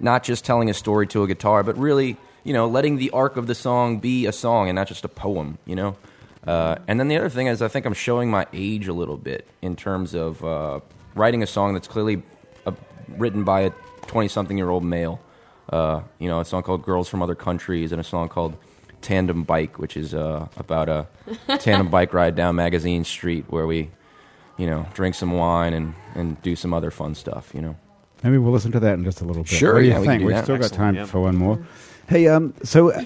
Speaker 4: not just telling a story to a guitar, but really, you know, letting the arc of the song be a song and not just a poem, you know. Uh, and then the other thing is, I think I'm showing my age a little bit in terms of uh, writing a song that's clearly uh, written by a 20 something year old male. Uh, you know, a song called Girls from Other Countries and a song called Tandem Bike, which is uh, about a tandem bike ride down Magazine Street where we, you know, drink some wine and, and do some other fun stuff, you know.
Speaker 1: Maybe we'll listen to that in just a little bit.
Speaker 4: Sure,
Speaker 1: What do you
Speaker 4: yeah, Mm-hmm. we can
Speaker 1: think?
Speaker 4: do
Speaker 1: We've
Speaker 4: that.
Speaker 1: still got
Speaker 6: Excellent,
Speaker 1: time
Speaker 6: yeah.
Speaker 1: for one more. Hey, um, so uh,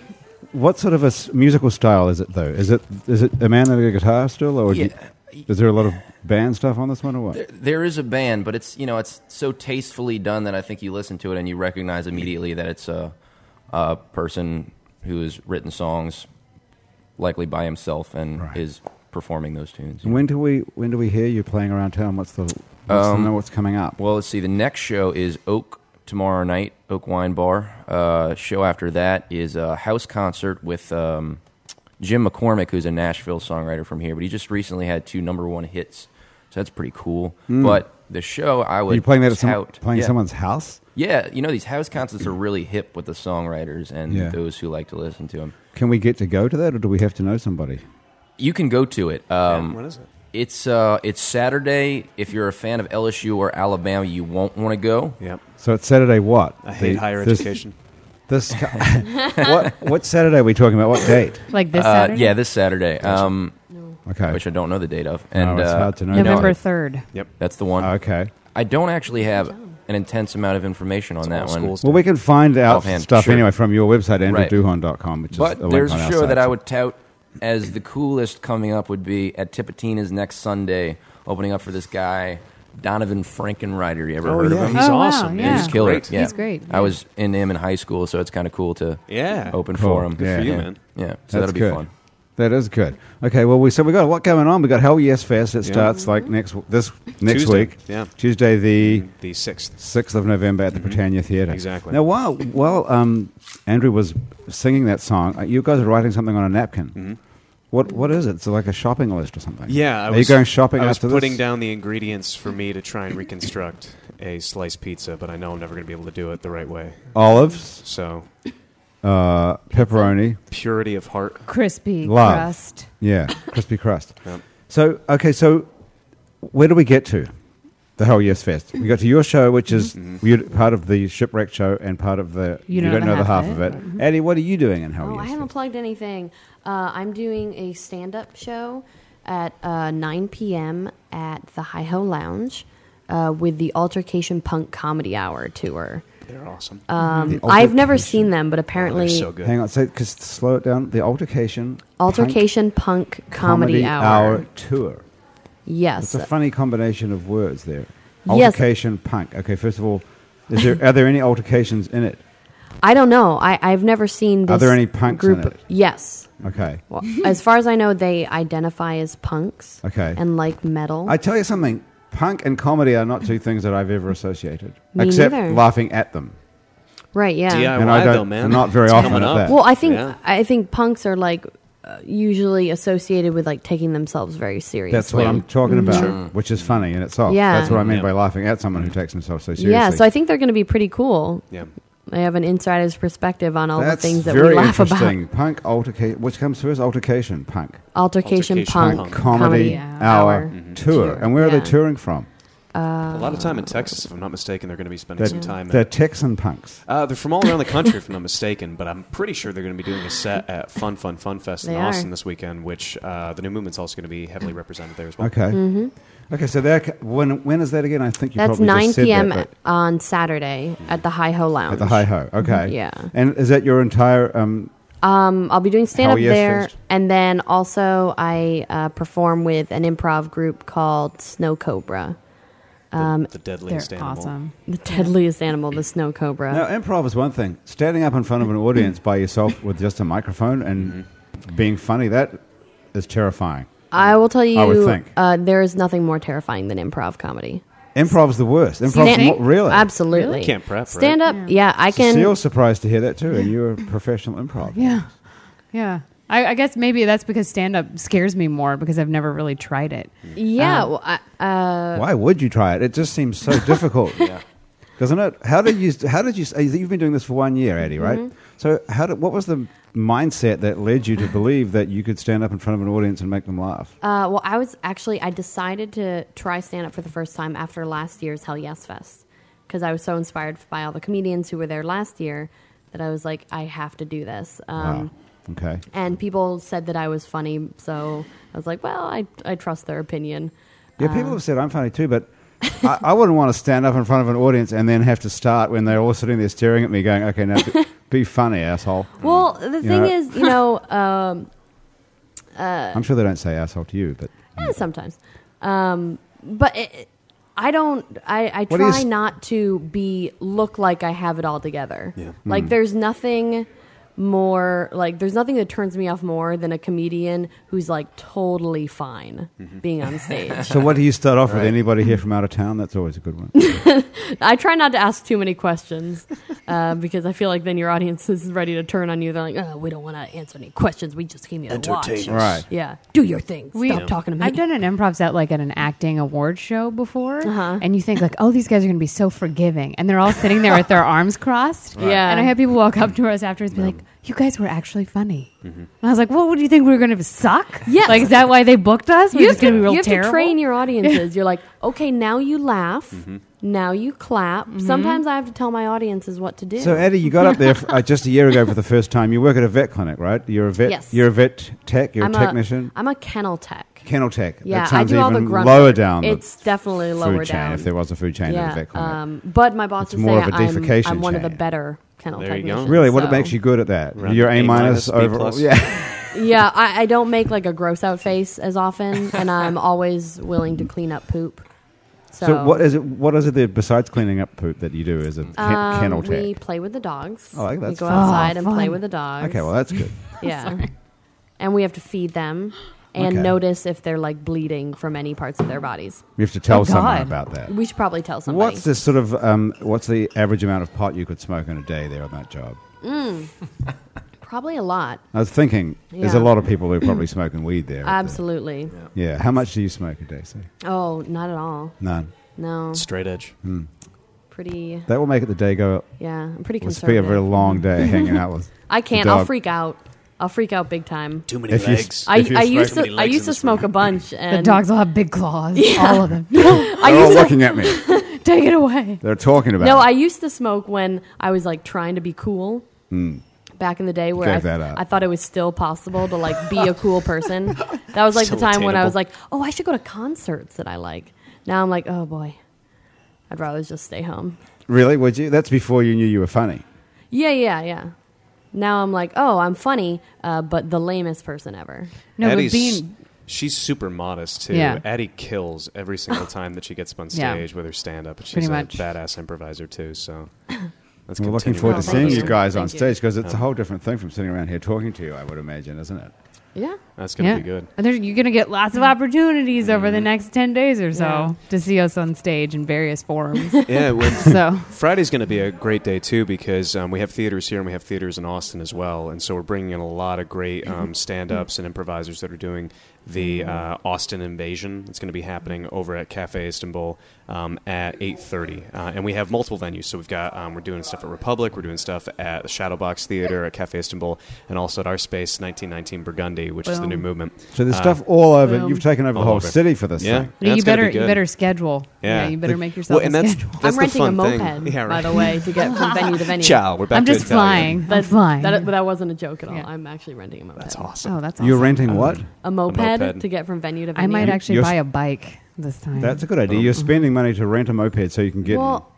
Speaker 1: what sort of a s- musical style is it though? Is it is it a man and a guitar still, or do you- is there a lot of band stuff on this one, or what?
Speaker 4: There is a band, but it's you know it's so tastefully done that I think you listen to it and you recognize immediately that it's a, a person who has written songs, likely by himself, and
Speaker 1: Right.
Speaker 4: is performing those tunes.
Speaker 1: when do we when do we hear you playing around town? What's the what's, the- know what's coming up?
Speaker 4: Um, Well, let's see. The next show is Oak tomorrow night, Oak Wine Bar. Uh, show after that is a house concert with um, Jim McCormick, who's a Nashville songwriter from here, but he just recently had two number one hits, so that's pretty cool. But the show I would
Speaker 1: Hmm. Are you playing that at some,
Speaker 4: tout,
Speaker 1: playing
Speaker 4: Yeah.
Speaker 1: someone's house?
Speaker 4: Yeah, you know these house concerts are really hip with the songwriters and
Speaker 1: Yeah.
Speaker 4: those who like to listen to them.
Speaker 1: Can we get to go to that, or do we have to know somebody?
Speaker 4: You can go to it. Um,
Speaker 6: When is it?
Speaker 4: It's uh, it's Saturday. If you're a fan of LSU or Alabama, you won't want to go.
Speaker 6: Yep.
Speaker 1: So it's Saturday. What?
Speaker 6: I hate
Speaker 1: The-
Speaker 6: higher
Speaker 1: this-
Speaker 6: education.
Speaker 1: This [LAUGHS] what what Saturday are we talking about? What date?
Speaker 5: Like this
Speaker 4: Uh,
Speaker 5: Saturday?
Speaker 4: yeah, this Saturday, um,
Speaker 1: Okay.
Speaker 4: which I don't know the date of, and
Speaker 1: it's
Speaker 4: uh,
Speaker 1: hard to know.
Speaker 4: you
Speaker 5: November
Speaker 4: it-
Speaker 5: 3rd.
Speaker 6: Yep.
Speaker 4: That's the one.
Speaker 1: okay.
Speaker 4: I don't actually have an intense amount of information on that
Speaker 6: all
Speaker 4: one.
Speaker 6: schools.
Speaker 1: Well, we can find out
Speaker 4: Offhand,
Speaker 1: stuff
Speaker 4: sure.
Speaker 1: anyway from your website,
Speaker 4: Right.
Speaker 1: andrewduhon.com, which is
Speaker 4: But
Speaker 1: the link
Speaker 4: there's
Speaker 1: on
Speaker 4: a
Speaker 1: our
Speaker 4: show
Speaker 1: site.
Speaker 4: that I would tout as the coolest coming up would be at Tipitina's next Sunday, opening up for this guy Donovan Frankenrider. You ever heard of him?
Speaker 6: He's
Speaker 5: Oh, wow,
Speaker 6: awesome.
Speaker 5: yeah.
Speaker 4: He's killer.
Speaker 6: great.
Speaker 4: Yeah.
Speaker 5: He's great, yeah.
Speaker 4: I was in him in high school, so it's kind of cool to
Speaker 6: Yeah.
Speaker 4: open
Speaker 1: Cool.
Speaker 4: for him.
Speaker 1: Good for
Speaker 6: you,
Speaker 4: yeah.
Speaker 6: man.
Speaker 4: Yeah, so
Speaker 1: That's
Speaker 4: that'll be
Speaker 1: good.
Speaker 4: fun.
Speaker 1: That is good. Okay, well, we so we got a lot going on. We got Hell Yes Fest. It starts like next this next
Speaker 6: Tuesday,
Speaker 1: week.
Speaker 6: yeah.
Speaker 1: Tuesday the
Speaker 6: The sixth.
Speaker 1: sixth of November at the Britannia Theatre.
Speaker 6: Mm-hmm. Exactly.
Speaker 1: Now, while while um, Andrew was singing that song, uh, you guys are writing something on a napkin. What what is it? It's like a shopping list or something.
Speaker 6: Mm-hmm. Yeah. I
Speaker 1: are
Speaker 6: was,
Speaker 1: you going shopping
Speaker 6: I was
Speaker 1: after
Speaker 6: putting
Speaker 1: this?
Speaker 6: down the ingredients for me to try and reconstruct a sliced pizza, but I know I'm never going to be able to do it the right way.
Speaker 1: olives,
Speaker 6: So
Speaker 1: uh, pepperoni,
Speaker 6: purity of heart.
Speaker 5: Crispy
Speaker 1: Love.
Speaker 5: crust.
Speaker 1: yeah, crispy
Speaker 6: [LAUGHS]
Speaker 1: crust. So okay, so where do we get to? The Hell Yes Fest. We got to your show, which is
Speaker 6: Mm-hmm.
Speaker 1: you- part of the Shipwreck show and part of the
Speaker 5: You Don't
Speaker 1: don't
Speaker 5: Know
Speaker 1: know the
Speaker 5: the
Speaker 1: half
Speaker 5: Half
Speaker 1: of it.
Speaker 5: of
Speaker 1: Mm-hmm. Eddie, what are you doing in Hell
Speaker 2: Oh,
Speaker 1: Yes?
Speaker 2: I
Speaker 1: Fest?
Speaker 2: haven't plugged anything. Uh, I'm doing a stand up show at uh, 9 p.m. at the Hi Ho Lounge uh, with the Altercation Punk Comedy Hour tour.
Speaker 6: They're awesome.
Speaker 1: Mm-hmm.
Speaker 2: Um, I've never seen them, but apparently
Speaker 6: They're so good.
Speaker 1: Hang on, so because slow it down. The altercation,
Speaker 2: Altercation Punk,
Speaker 1: Punk
Speaker 2: Comedy, Hour.
Speaker 1: tour.
Speaker 2: Yes.
Speaker 1: It's a funny combination of words there.
Speaker 2: Yes.
Speaker 1: Altercation punk. Okay, first of all, is there are there any altercations in it?
Speaker 2: I don't know. I, I've never seen this
Speaker 1: Are there any punks in
Speaker 2: group.
Speaker 1: it?
Speaker 2: Yes.
Speaker 1: Okay,
Speaker 2: Well, as far as I know, they identify as punks
Speaker 1: Okay.
Speaker 2: and like metal.
Speaker 1: I tell you something. Punk and comedy are not two things that I've ever associated,
Speaker 2: Me
Speaker 1: except
Speaker 2: neither.
Speaker 1: laughing at them.
Speaker 2: right, yeah.
Speaker 6: DIY
Speaker 1: And I don't-
Speaker 6: though, man.
Speaker 1: I'm not very
Speaker 6: It's
Speaker 1: often
Speaker 6: coming
Speaker 1: at
Speaker 6: up.
Speaker 1: that.
Speaker 2: Well, I think
Speaker 6: Yeah.
Speaker 2: I think punks are like uh, usually associated with like taking themselves very seriously.
Speaker 1: That's what I'm talking about, which is funny in itself.
Speaker 2: Mm-hmm. Yeah.
Speaker 1: That's what I mean
Speaker 6: Yeah.
Speaker 1: by laughing at someone who takes themselves so seriously.
Speaker 2: Yeah, so I think they're going to be pretty cool.
Speaker 6: Yeah.
Speaker 2: They have an insider's perspective on all
Speaker 1: That's
Speaker 2: the things that
Speaker 1: very
Speaker 2: we laugh about.
Speaker 1: interesting. Punk altercation, which comes first, altercation punk.
Speaker 2: Altercation,
Speaker 6: Altercation
Speaker 2: punk,
Speaker 6: Punk.
Speaker 1: comedy, hour, tour. And where are they
Speaker 2: Yeah.
Speaker 1: touring from?
Speaker 6: A lot of time
Speaker 2: Uh,
Speaker 6: in Texas, if I'm not mistaken, they're going to be spending
Speaker 1: They're,
Speaker 6: some time.
Speaker 1: they're
Speaker 6: in-
Speaker 1: Texan punks.
Speaker 6: Uh, they're from all around the country, if I'm not mistaken, but I'm pretty sure they're going to be doing a set at Fun Fun Fun Fest
Speaker 2: They
Speaker 6: in
Speaker 2: are. Mm.
Speaker 6: Austin this weekend, which uh, the new movement's also going to be heavily represented there as well.
Speaker 1: Okay. Okay, so they're, ca- when, when is that again? I think you
Speaker 2: That's
Speaker 1: probably
Speaker 2: 9
Speaker 1: just said
Speaker 2: p.m.
Speaker 1: that, but-
Speaker 2: on Saturday at the Hi Ho Lounge.
Speaker 1: at Mm-hmm. the Hi Ho. Okay.
Speaker 2: Yeah.
Speaker 1: And is that your entire. Um,
Speaker 2: Um, I'll be doing stand up
Speaker 1: Hell Yes
Speaker 2: there,
Speaker 1: Fest.
Speaker 2: and then also I uh, perform with an improv group called Snow Cobra,
Speaker 6: The, the deadliest
Speaker 5: They're
Speaker 6: animal.
Speaker 5: awesome.
Speaker 2: the deadliest animal, the Snow Cobra.
Speaker 1: now, improv is one thing. Standing up in front of an audience by yourself with just a microphone and being funny, that is terrifying.
Speaker 2: I will tell you,
Speaker 1: I would think.
Speaker 2: Uh, there is nothing more terrifying than improv comedy.
Speaker 1: Improv's the worst. Improv's
Speaker 2: Stand-
Speaker 1: mo- really.
Speaker 2: Absolutely.
Speaker 6: You can't prep, right?
Speaker 2: Stand up, yeah. I can.
Speaker 1: So you're surprised to hear that too, and you're a professional improv.
Speaker 5: Yeah. Yeah. I, I guess maybe that's because stand up scares me more because I've never really tried it.
Speaker 2: yeah, well, I, uh,
Speaker 1: Why would you try it? It just seems so difficult. doesn't it? How did you? How did you? uh, You've been doing this for one year, Eddie, right? So, how did, what was the mindset that led you to believe that you could stand up in front of an audience and make them laugh?
Speaker 2: Uh, well, I was actually I decided to try stand up for the first time after last year's Hell Yes Fest because I was so inspired by all the comedians who were there last year that I was like, I have to do this.
Speaker 1: Wow.
Speaker 2: Um,
Speaker 1: Okay.
Speaker 2: And people said that I was funny, so I was like, well, I I trust their opinion.
Speaker 1: Yeah, people have said I'm funny too, but I, I wouldn't want to stand up in front of an audience and then have to start when they're all sitting there staring at me, going, "Okay, now be, be funny, asshole."
Speaker 2: Well, the thing
Speaker 1: know-
Speaker 2: is, you
Speaker 1: [LAUGHS]
Speaker 2: know, um,
Speaker 1: I'm sure they don't say asshole to you, but
Speaker 2: eh, sometimes, um, but it, I don't. I, I
Speaker 1: What do you
Speaker 2: try
Speaker 1: s-
Speaker 2: not to be look like I have it all together.
Speaker 6: Yeah.
Speaker 1: Hmm.
Speaker 2: Like there's nothing more like there's nothing that turns me off more than a comedian who's like totally fine
Speaker 1: Mm-hmm.
Speaker 2: being on stage.
Speaker 1: so what do you start off with? Anybody here from out of town? That's always a good one.
Speaker 2: I try not to ask too many questions uh, [LAUGHS] because I feel like then your audience is ready to turn on you. They're like, oh, we don't want to answer any questions. We just came here to watch.
Speaker 1: right.
Speaker 2: Yeah, do your thing.
Speaker 5: We-
Speaker 2: Stop talking to me.
Speaker 5: I've done an improv set like at an acting award show before,
Speaker 2: Uh-huh.
Speaker 5: and you think like, oh, these guys are going to be so forgiving, and they're all sitting there with their arms crossed.
Speaker 2: Yeah.
Speaker 5: and I had people walk up to us afterwards, and be like, "You guys were actually funny," and I was like, "Well, what do you think we were going to suck?
Speaker 2: Yes.
Speaker 5: like is that why they booked us? We're
Speaker 2: you have,
Speaker 5: just going
Speaker 2: to,
Speaker 5: to be real
Speaker 2: you have to
Speaker 5: terrible."
Speaker 2: train your audiences. You're like, okay, now you laugh,
Speaker 1: Mm-hmm.
Speaker 2: now you clap. Sometimes I have to tell my audiences what to do.
Speaker 1: So Eddie, you got up there f- uh, just a year ago for the first time. You work at a vet clinic, right? You're a vet.
Speaker 2: Yes.
Speaker 1: You're a vet tech. You're
Speaker 2: I'm
Speaker 1: a technician.
Speaker 2: A, I'm a kennel tech.
Speaker 1: Kennel tech.
Speaker 2: Yeah,
Speaker 1: that
Speaker 2: I
Speaker 1: sounds
Speaker 2: do all the
Speaker 1: even
Speaker 2: grunt.
Speaker 1: lower down. the
Speaker 2: It's definitely
Speaker 1: food
Speaker 2: lower
Speaker 1: chain,
Speaker 2: down.
Speaker 1: If there was a food chain at a
Speaker 2: yeah,
Speaker 1: vet clinic.
Speaker 2: um, but my boss
Speaker 1: It's
Speaker 2: is
Speaker 1: more
Speaker 2: saying
Speaker 1: of a
Speaker 2: I'm,
Speaker 1: defecation
Speaker 2: I'm one of the
Speaker 1: chain.
Speaker 2: better kennel
Speaker 3: There you go.
Speaker 2: technicians.
Speaker 1: Really, what
Speaker 2: so-
Speaker 1: makes you good at that?
Speaker 6: Around
Speaker 1: You're A
Speaker 6: A minus,
Speaker 1: minus
Speaker 6: B
Speaker 1: over. [LAUGHS]
Speaker 6: plus.
Speaker 1: Yeah.
Speaker 2: Yeah, I, I don't make like a gross out face as often,
Speaker 1: [LAUGHS]
Speaker 2: and I'm always willing to clean up poop. So,
Speaker 1: So what is it? What is it that besides cleaning up poop that you do as a ken-
Speaker 2: um,
Speaker 1: kennel tech?
Speaker 2: We play with the dogs.
Speaker 1: Oh, like
Speaker 2: we
Speaker 1: that's
Speaker 2: go
Speaker 1: fun.
Speaker 2: outside and
Speaker 5: Oh,
Speaker 2: play
Speaker 5: fun.
Speaker 2: with the dogs.
Speaker 1: okay, well that's good.
Speaker 2: Yeah. And we have to feed them and
Speaker 1: Okay.
Speaker 2: notice if they're like bleeding from any parts of their bodies.
Speaker 1: You have to tell
Speaker 5: Oh,
Speaker 1: someone
Speaker 5: God.
Speaker 1: about that.
Speaker 2: We should probably tell somebody.
Speaker 1: What's the sort of um, what's the average amount of pot you could smoke in a day there on that job?
Speaker 2: probably a lot.
Speaker 1: I was thinking, there's a
Speaker 2: Yeah. Um,
Speaker 1: lot of people who are probably smoking weed there. at the-
Speaker 2: Absolutely.
Speaker 1: Yeah. How much do you smoke a day? Say
Speaker 2: Oh, not at all.
Speaker 1: none.
Speaker 2: No.
Speaker 6: Straight edge.
Speaker 1: Mm.
Speaker 2: Pretty
Speaker 1: That will make it the day go.
Speaker 2: yeah, I'm
Speaker 1: It's be
Speaker 2: pretty
Speaker 1: a
Speaker 2: conservative.
Speaker 1: very long
Speaker 2: [LAUGHS]
Speaker 1: day hanging out with.
Speaker 2: I
Speaker 1: the
Speaker 2: can't. I'll
Speaker 1: dog.
Speaker 2: freak out. I'll freak out big time.
Speaker 6: Too many
Speaker 1: If you s-
Speaker 2: I,
Speaker 1: If you
Speaker 2: I
Speaker 1: smoke
Speaker 2: used
Speaker 6: too
Speaker 2: to
Speaker 6: many
Speaker 2: I
Speaker 6: legs in
Speaker 2: used to
Speaker 6: this
Speaker 2: smoke
Speaker 6: room.
Speaker 2: a bunch and
Speaker 5: The dogs will have big claws, all of them. [LAUGHS]
Speaker 2: I
Speaker 1: They're all
Speaker 2: used to
Speaker 1: looking at me.
Speaker 5: Take it away.
Speaker 1: They're talking about.
Speaker 2: No,
Speaker 1: it.
Speaker 2: I used to smoke when I was like trying to be cool.
Speaker 6: Hmm.
Speaker 2: Back in the day, where
Speaker 1: gave
Speaker 2: I,
Speaker 1: that up.
Speaker 2: I thought it was still possible to like be a cool
Speaker 6: [LAUGHS]
Speaker 2: person. That was like
Speaker 6: Still
Speaker 2: the time when I
Speaker 6: attainable.
Speaker 2: was like, oh, I should go to concerts that I like. Now I'm like, oh boy, I'd rather just stay home.
Speaker 1: Really? Would you? That's before you knew you were funny.
Speaker 2: Yeah, yeah, yeah. Now I'm like, oh, I'm funny, uh, but the lamest person ever.
Speaker 5: No, but
Speaker 6: Addie's-
Speaker 5: being
Speaker 6: she's super modest too.
Speaker 5: Yeah.
Speaker 6: Addie kills every
Speaker 2: [LAUGHS]
Speaker 6: single time that she gets up on
Speaker 5: Yeah.
Speaker 6: stage with her stand up. She's
Speaker 5: Pretty
Speaker 6: a
Speaker 5: much.
Speaker 6: badass improviser too.
Speaker 2: [COUGHS]
Speaker 6: So let's
Speaker 1: We're looking
Speaker 6: continue
Speaker 1: forward to
Speaker 6: with
Speaker 2: Oh,
Speaker 6: the
Speaker 1: seeing
Speaker 2: thank
Speaker 1: you,
Speaker 2: you.
Speaker 6: process.
Speaker 1: guys on
Speaker 2: Thank you.
Speaker 1: stage because it's a whole different thing from sitting around here talking to you. I would imagine, isn't it?
Speaker 2: Yeah.
Speaker 6: That's gonna
Speaker 5: yeah,
Speaker 2: [LAUGHS]
Speaker 6: be good.
Speaker 5: And there- you're going to get lots of opportunities over the next ten days or so
Speaker 2: Mm-hmm. Yeah.
Speaker 5: to see us on stage in
Speaker 2: [LAUGHS]
Speaker 5: various forms.
Speaker 6: Yeah, when
Speaker 5: so.
Speaker 6: Friday's going to be a great day too because um, we have theaters here and we have theaters in Austin as well, and so we're bringing in a lot of great
Speaker 5: Mm-hmm.
Speaker 6: um, stand-ups and improvisers that are doing the uh, Austin Invasion. It's going to be happening over at Cafe Istanbul um, at eight thirty, uh, and we have multiple venues. So we've got um, we're doing stuff at Republic, we're doing stuff at the Shadowbox Theater at Cafe Istanbul, and also at our space, nineteen nineteen Burgundy, which is the new
Speaker 5: Boom.
Speaker 6: movement.
Speaker 1: So there's
Speaker 6: Uh,
Speaker 1: stuff all over.
Speaker 2: Boom.
Speaker 1: You've taken over the
Speaker 6: all
Speaker 1: whole
Speaker 6: over.
Speaker 1: city for this
Speaker 6: Yeah,
Speaker 1: thing.
Speaker 5: Yeah, you
Speaker 6: that's gonna be
Speaker 5: better you
Speaker 6: good.
Speaker 5: better schedule.
Speaker 6: Yeah.
Speaker 5: Yeah, you better make yourself
Speaker 6: Well, and
Speaker 5: a
Speaker 6: that's,
Speaker 5: schedule.
Speaker 6: that's
Speaker 2: I'm renting
Speaker 6: the
Speaker 2: a
Speaker 6: fun thing.
Speaker 2: moped,
Speaker 6: Yeah,
Speaker 2: by
Speaker 6: right.
Speaker 2: the way, to get
Speaker 6: [LAUGHS]
Speaker 2: from venue to venue.
Speaker 6: Ciao, we're back
Speaker 5: I'm
Speaker 6: to
Speaker 5: just
Speaker 6: Italian.
Speaker 5: flying. I'm
Speaker 2: That's,
Speaker 5: flying.
Speaker 2: That, that wasn't a joke at all.
Speaker 5: Yeah.
Speaker 2: I'm actually renting a moped.
Speaker 6: That's awesome.
Speaker 5: oh, that's awesome.
Speaker 1: You're renting what?
Speaker 2: A moped,
Speaker 6: moped.
Speaker 2: to get from venue to venue.
Speaker 5: I might actually
Speaker 1: You're-
Speaker 5: buy a bike this time.
Speaker 1: That's a good idea. You're spending money to rent a moped so you can get.
Speaker 2: Well,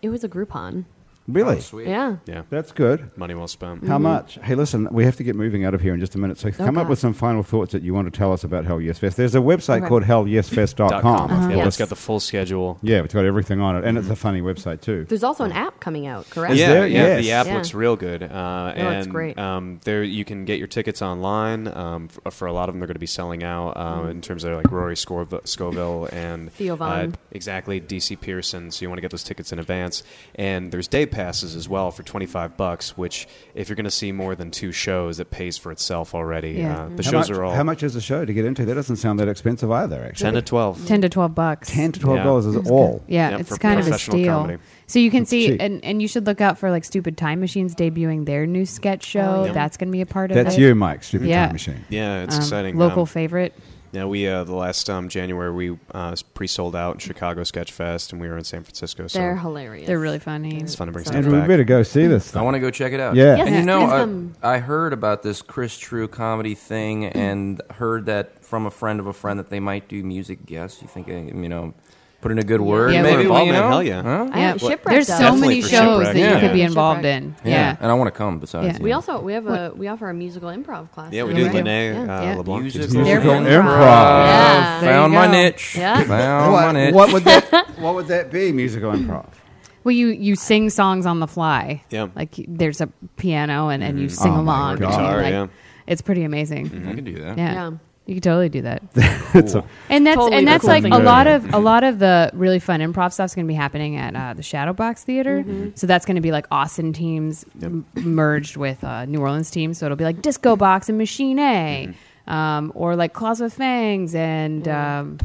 Speaker 2: it was a Groupon.
Speaker 1: really?
Speaker 4: Sweet.
Speaker 2: Yeah.
Speaker 6: Yeah,
Speaker 1: That's good.
Speaker 6: money well spent.
Speaker 2: Mm-hmm.
Speaker 1: How much? Hey, listen, we have to get moving out of here in just a minute. So come up
Speaker 2: God.
Speaker 1: with some final thoughts that you want to tell us about Hell Yes Fest. There's a website
Speaker 2: Okay. Uh-huh.
Speaker 1: called hellyesfest.com.
Speaker 6: Yeah,
Speaker 2: Yes.
Speaker 6: it's got the full schedule.
Speaker 1: Yeah, it's got everything on it. And it's a funny website, too.
Speaker 2: There's also an app coming out, correct?
Speaker 1: Is
Speaker 6: yeah,
Speaker 1: there?
Speaker 6: yeah,
Speaker 1: Yes.
Speaker 6: the app
Speaker 2: Yeah.
Speaker 6: looks real good. Uh,
Speaker 2: No,
Speaker 6: and
Speaker 2: it's great.
Speaker 6: Um, there you can get your tickets online. Um, for, for a lot of them, they're going to be selling out um, in terms of like Rory Scorv- Scoville and
Speaker 2: Theo
Speaker 6: uh,
Speaker 2: Von.
Speaker 6: exactly DC Pearson. So you want to get those tickets in advance. And there's day passes as well for 25 bucks, which if you're going to see more than two shows, it pays for itself already. Uh,
Speaker 5: Yeah.
Speaker 6: the
Speaker 1: Mm-hmm. How
Speaker 6: shows
Speaker 1: much-
Speaker 6: are all
Speaker 1: How much is a show to get into? That doesn't sound that expensive either, actually.
Speaker 6: 10 to 12.
Speaker 5: 10 to 12 bucks.
Speaker 1: Ten to twelve
Speaker 6: Yeah.
Speaker 1: dollars is all.
Speaker 5: Yeah,
Speaker 6: Yep,
Speaker 5: it's
Speaker 6: for
Speaker 5: kind of a
Speaker 6: professional
Speaker 5: steal.
Speaker 6: comedy.
Speaker 5: So you can see,
Speaker 1: cheap.
Speaker 5: and, and you should look out for like Stupid Time Machines debuting their new sketch show.
Speaker 2: Oh, yeah.
Speaker 5: That's going to be a part of
Speaker 1: That's
Speaker 5: it.
Speaker 1: you, Mike. Stupid
Speaker 5: Yeah.
Speaker 1: time machine.
Speaker 6: Yeah, it's
Speaker 5: Um,
Speaker 6: exciting.
Speaker 5: Local
Speaker 6: Um,
Speaker 5: favorite.
Speaker 6: Yeah, we uh, the last um, January we uh, pre-sold out in Chicago Sketch Fest, and we were in San Francisco. So
Speaker 2: They're hilarious.
Speaker 5: They're really funny.
Speaker 6: it's fun to bring
Speaker 2: So-
Speaker 6: stuff
Speaker 1: Andrew, we
Speaker 6: back.
Speaker 1: better go see this.
Speaker 4: I
Speaker 1: Thing.
Speaker 4: want to go check it out.
Speaker 1: Yeah.
Speaker 4: And you
Speaker 2: Yes,
Speaker 4: know,
Speaker 2: please come.
Speaker 4: I, I heard about this Chris True comedy thing and heard that from a friend of a friend that they might do music guests. You think, uh, you know, put in a good word?
Speaker 5: Yeah, we're
Speaker 4: maybe,
Speaker 6: involved
Speaker 4: you
Speaker 6: in it.
Speaker 4: know?
Speaker 6: Hell yeah.
Speaker 4: Huh?
Speaker 2: I have
Speaker 5: well,
Speaker 2: Shipwreck
Speaker 5: there's
Speaker 2: does.
Speaker 5: so many
Speaker 6: Definitely for
Speaker 5: shows
Speaker 6: Shipwreck,
Speaker 5: that you
Speaker 4: yeah.
Speaker 5: could be
Speaker 4: Yeah.
Speaker 5: involved
Speaker 2: Shipwreck.
Speaker 5: in.
Speaker 4: Yeah.
Speaker 5: Yeah.
Speaker 4: And I want to come besides.
Speaker 5: Yeah.
Speaker 4: you
Speaker 2: We
Speaker 4: know.
Speaker 2: also we have a we offer a musical improv class.
Speaker 6: Yeah, we
Speaker 5: Yeah,
Speaker 6: do.
Speaker 5: right.
Speaker 6: Lene uh,
Speaker 2: Yeah.
Speaker 6: LeBlanc.
Speaker 4: Music
Speaker 6: teaches
Speaker 4: Musical
Speaker 6: us.
Speaker 1: Musical
Speaker 2: improv.
Speaker 1: improv.
Speaker 2: Yeah,
Speaker 5: there you
Speaker 4: Found my
Speaker 5: go.
Speaker 4: niche.
Speaker 2: Yeah.
Speaker 4: Found my
Speaker 1: What,
Speaker 4: niche.
Speaker 1: what would
Speaker 2: [LAUGHS]
Speaker 1: that? What would that be? Musical improv.
Speaker 5: Well, you, you sing songs on the fly.
Speaker 6: Yeah. Mm-hmm.
Speaker 5: Like there's a piano and, and you sing
Speaker 1: Oh, my God.
Speaker 5: along. and you,
Speaker 6: Guitar,
Speaker 5: like-
Speaker 6: yeah. Mm-hmm.
Speaker 5: It's pretty amazing.
Speaker 4: I can do that.
Speaker 5: Yeah.
Speaker 2: Yeah.
Speaker 5: You could totally
Speaker 6: [LAUGHS]
Speaker 5: do that.
Speaker 1: It's a-
Speaker 5: And that's
Speaker 2: Totally
Speaker 5: and that's
Speaker 2: cool
Speaker 5: like
Speaker 2: thing
Speaker 5: a
Speaker 2: to
Speaker 5: lot
Speaker 1: do.
Speaker 5: of a lot of the really fun improv stuff's going to be happening at uh, the Shadowbox Theater. So that's going to be like Austin teams m- merged with uh, New Orleans teams. So it'll be like Disco Box and Machine A,
Speaker 6: Mm-hmm.
Speaker 5: um, or like Claws with Fangs and um,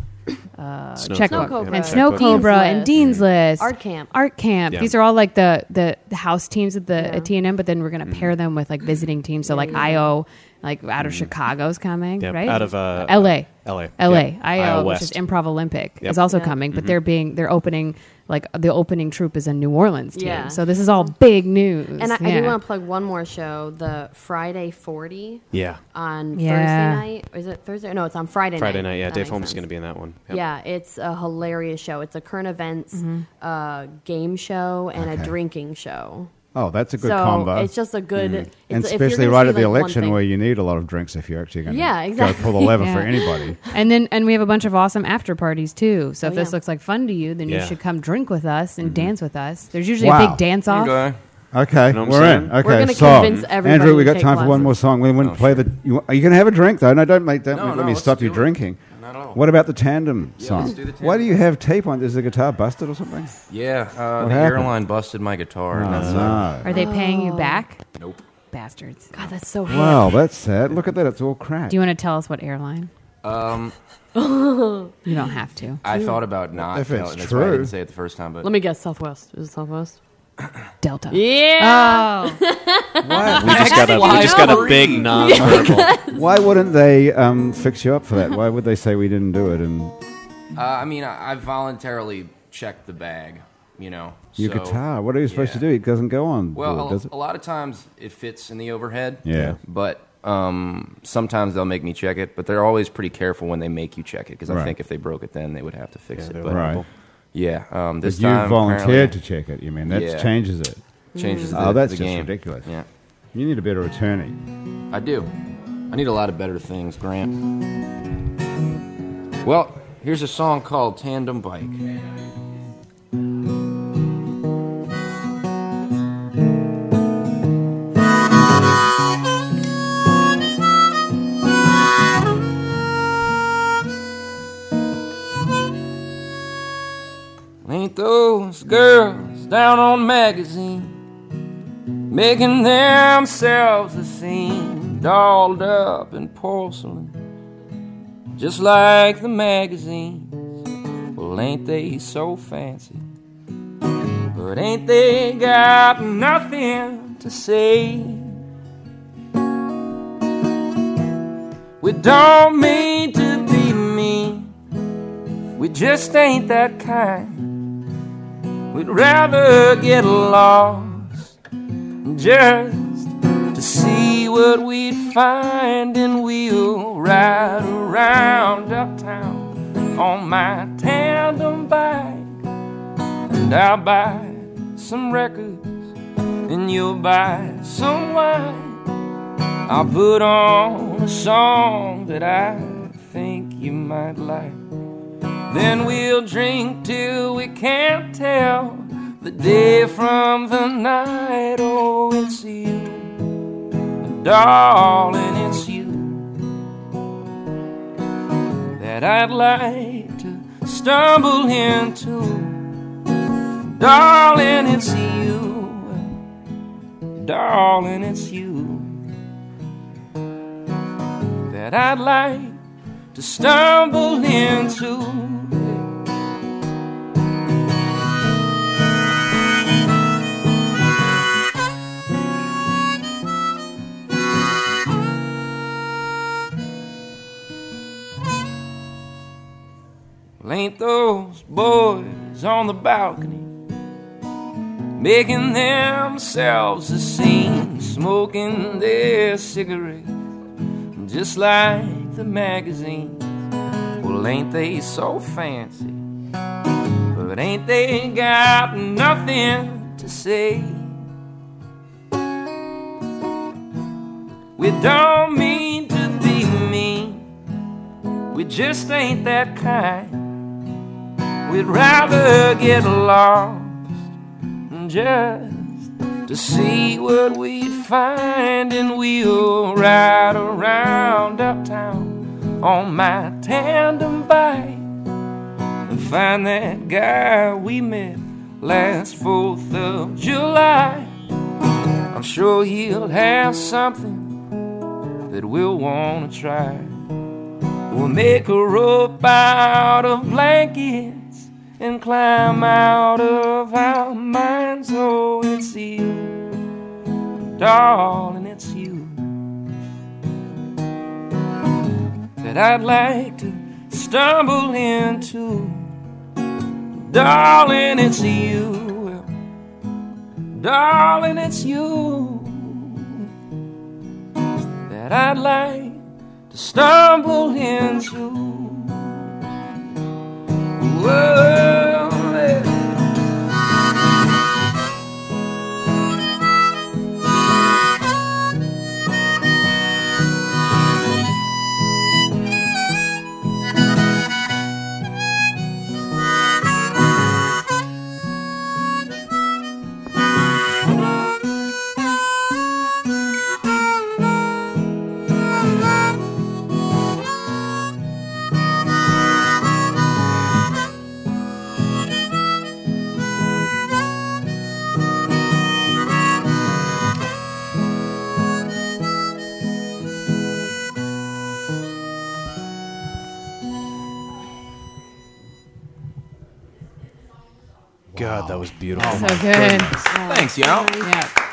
Speaker 5: uh,
Speaker 6: Snow
Speaker 5: Check
Speaker 2: Snow
Speaker 6: Cobra.
Speaker 2: Cobra.
Speaker 5: and
Speaker 2: Check
Speaker 5: Snow
Speaker 6: Cobra.
Speaker 5: Cobra
Speaker 2: Dean's
Speaker 5: and
Speaker 2: List.
Speaker 5: Dean's List,
Speaker 2: Art Camp.
Speaker 5: Art Camp.
Speaker 6: Yeah.
Speaker 5: These are all like the the, the house teams at the
Speaker 2: Yeah.
Speaker 5: at TNM, but then we're going to pair
Speaker 6: Mm-hmm.
Speaker 5: them with like visiting teams. So like IO, like out of Chicago's coming,
Speaker 6: Yep,
Speaker 5: right?
Speaker 6: out of, uh,
Speaker 5: LA.
Speaker 6: LA.
Speaker 5: LA,
Speaker 6: Yep.
Speaker 5: IO,
Speaker 6: Iowa
Speaker 5: which
Speaker 6: West.
Speaker 5: is Improv Olympic,
Speaker 6: Yep. Mm-hmm.
Speaker 5: is also
Speaker 2: Yeah.
Speaker 5: coming, but they're being they're opening like the opening troupe is a New Orleans team.
Speaker 2: Yeah.
Speaker 5: So this is all big news.
Speaker 2: And I, I
Speaker 5: Yeah.
Speaker 2: do want to plug one more show, the Friday Forty
Speaker 6: yeah.
Speaker 2: on
Speaker 5: Yeah.
Speaker 2: Thursday night. Is it Thursday? No, it's on Friday.
Speaker 6: Friday night. Yeah,
Speaker 2: That
Speaker 6: Dave
Speaker 2: makes
Speaker 6: Holmes is
Speaker 2: sense.
Speaker 6: going to be in that one. Yep.
Speaker 2: Yeah, it's a hilarious show. It's a current events
Speaker 5: Mm-hmm.
Speaker 2: uh, game show and a drinking show.
Speaker 1: oh, that's a good
Speaker 2: so
Speaker 1: combo. Mm.
Speaker 2: it's just a good, it's,
Speaker 1: and
Speaker 2: if you're
Speaker 1: especially
Speaker 2: gonna
Speaker 1: right
Speaker 2: see,
Speaker 1: at the
Speaker 2: like, one
Speaker 1: election
Speaker 2: thing-
Speaker 1: where you need a lot of drinks if you're actually going to
Speaker 2: Yeah, exactly. [LAUGHS]
Speaker 1: go pull the lever for
Speaker 5: Yeah.
Speaker 1: anybody.
Speaker 5: And then and we have a bunch of awesome after parties too. So if
Speaker 2: Oh,
Speaker 5: this
Speaker 2: yeah.
Speaker 5: looks like fun to you, then
Speaker 6: Yeah. Mm-hmm.
Speaker 5: you should come drink with us and dance with us. There's usually
Speaker 1: Wow.
Speaker 5: a big dance off.
Speaker 4: Okay.
Speaker 1: Okay,
Speaker 6: what I'm
Speaker 1: we're
Speaker 6: saying?
Speaker 1: in.
Speaker 6: We're
Speaker 1: Okay,
Speaker 2: gonna
Speaker 1: so
Speaker 2: convince everybody
Speaker 1: Andrew, we
Speaker 2: to
Speaker 1: got
Speaker 2: take
Speaker 1: time for one
Speaker 2: lessons.
Speaker 1: more song. We wouldn't play the. You, are you going to have a drink though? No, don't make don't
Speaker 4: Oh, No,
Speaker 1: let
Speaker 4: no,
Speaker 1: me
Speaker 4: let's
Speaker 1: stop you
Speaker 4: do it.
Speaker 1: drinking.
Speaker 4: Not at all.
Speaker 1: What about the tandem
Speaker 4: Yeah,
Speaker 1: song?
Speaker 4: let's do the
Speaker 1: Why do
Speaker 4: tandem.
Speaker 1: you have tape on? Is the guitar busted or something? Ah,
Speaker 4: Yeah. Uh, the
Speaker 1: happened?
Speaker 4: airline busted my guitar. and that's, uh,
Speaker 1: No.
Speaker 5: Are they paying you back?
Speaker 4: nope.
Speaker 5: Oh. Bastards.
Speaker 2: God, that's so hip.
Speaker 1: Wow, that's sad. Look at that. It's all crap.
Speaker 5: Do you want to tell us what airline?
Speaker 4: Um,
Speaker 5: You don't have to.
Speaker 4: I thought about not.
Speaker 1: If
Speaker 4: telling-
Speaker 1: it's
Speaker 4: that's why I
Speaker 1: true.
Speaker 4: didn't say it the first time. But
Speaker 2: Let me guess, Southwest. Is it Southwest?
Speaker 5: Delta.
Speaker 2: Yeah.
Speaker 5: Oh,
Speaker 6: We just got a, we
Speaker 2: [LAUGHS]
Speaker 6: just got a
Speaker 1: [LAUGHS]
Speaker 6: big non-verbal.
Speaker 1: Why wouldn't they um, fix you up for that? Why would they say we didn't do it? And
Speaker 4: uh, I mean, I, I voluntarily checked the bag. You know.
Speaker 1: your
Speaker 4: so-
Speaker 1: guitar. What are you supposed
Speaker 4: yeah.
Speaker 1: to do? It doesn't go on
Speaker 4: Well,
Speaker 1: board, does it?
Speaker 4: a, a lot of times it fits in the overhead.
Speaker 1: Yeah.
Speaker 4: But um, sometimes they'll make me check it, but they're always pretty careful when they make you check it because
Speaker 1: Right.
Speaker 4: I think if they broke it, then they would have to fix
Speaker 6: they're
Speaker 4: it. But,
Speaker 1: right.
Speaker 4: Yeah. Um, this
Speaker 1: But you
Speaker 4: time,
Speaker 1: volunteered to
Speaker 4: apparently,
Speaker 1: check it. You mean that
Speaker 4: Yeah.
Speaker 1: changes it?
Speaker 4: changes. The,
Speaker 1: Oh, that's
Speaker 4: the
Speaker 1: just
Speaker 4: game.
Speaker 1: ridiculous.
Speaker 4: Yeah.
Speaker 1: You need a better attorney.
Speaker 4: I do. I need a lot of better things, Grant. Well, here's a song called Tandem Bike. Ain't those girls down on magazine? making themselves a scene, dolled up in porcelain, just like the magazines. Well, ain't they so fancy? But ain't they got nothing to say? We don't mean to be mean, we just ain't that kind. We'd rather get lost just to see what we'd find, and we'll ride around uptown on my tandem bike. And I'll buy some records, and you'll buy some wine. I'll put on a song that I think you might like. Then we'll drink till we can't tell the day from the night. Oh, it's you, darling, it's you that I'd like to stumble into. Darling, it's you darling, it's you that I'd like to stumble into. Well, ain't those boys on the balcony making themselves a scene, smoking their cigarettes? just like the magazines. Well, ain't they so fancy? But ain't they got nothing to say? We don't mean to be mean, we just ain't that kind. We'd rather get lost just to see what we'd find, and we'll ride around uptown on my tandem bike and find that guy we met last 4th of July. I'm sure he'll have something that we'll want to try. We'll make a rope out of blankets and climb out of our minds. Oh, it's you, darling, it's you that I'd like to stumble into. Darling, it's you. Darling, it's you that I'd like to stumble into. Whoa, yeah.
Speaker 6: God, that was beautiful.
Speaker 5: So good.
Speaker 4: Thanks, y'all.
Speaker 5: Yeah.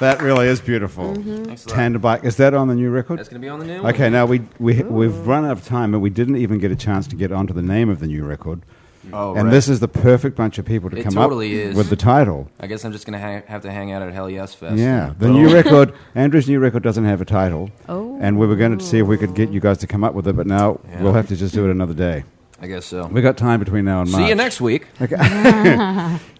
Speaker 1: That really is beautiful.
Speaker 4: Thanks a lot.
Speaker 1: Tandem bike. Is that on the new record?
Speaker 4: That's gonna be on the new. one.
Speaker 1: Okay, now we, we, we've run out of time and we didn't even get a chance to get onto the name of the new record.
Speaker 4: Oh,
Speaker 1: and
Speaker 4: right.
Speaker 1: this is the perfect bunch of people to
Speaker 4: It
Speaker 1: come
Speaker 4: totally
Speaker 1: up
Speaker 4: is.
Speaker 1: with the title.
Speaker 4: I guess I'm just gonna ha- have to hang out at Hell Yes Fest.
Speaker 1: Yeah, the new record, [LAUGHS] Andrew's new record doesn't have a title.
Speaker 5: Oh.
Speaker 1: And we were going to see if we could get you guys to come up with it, but now
Speaker 4: Yeah.
Speaker 1: we'll have to just do it another day.
Speaker 4: I guess so.
Speaker 1: we got time between now and March.
Speaker 4: See you next week.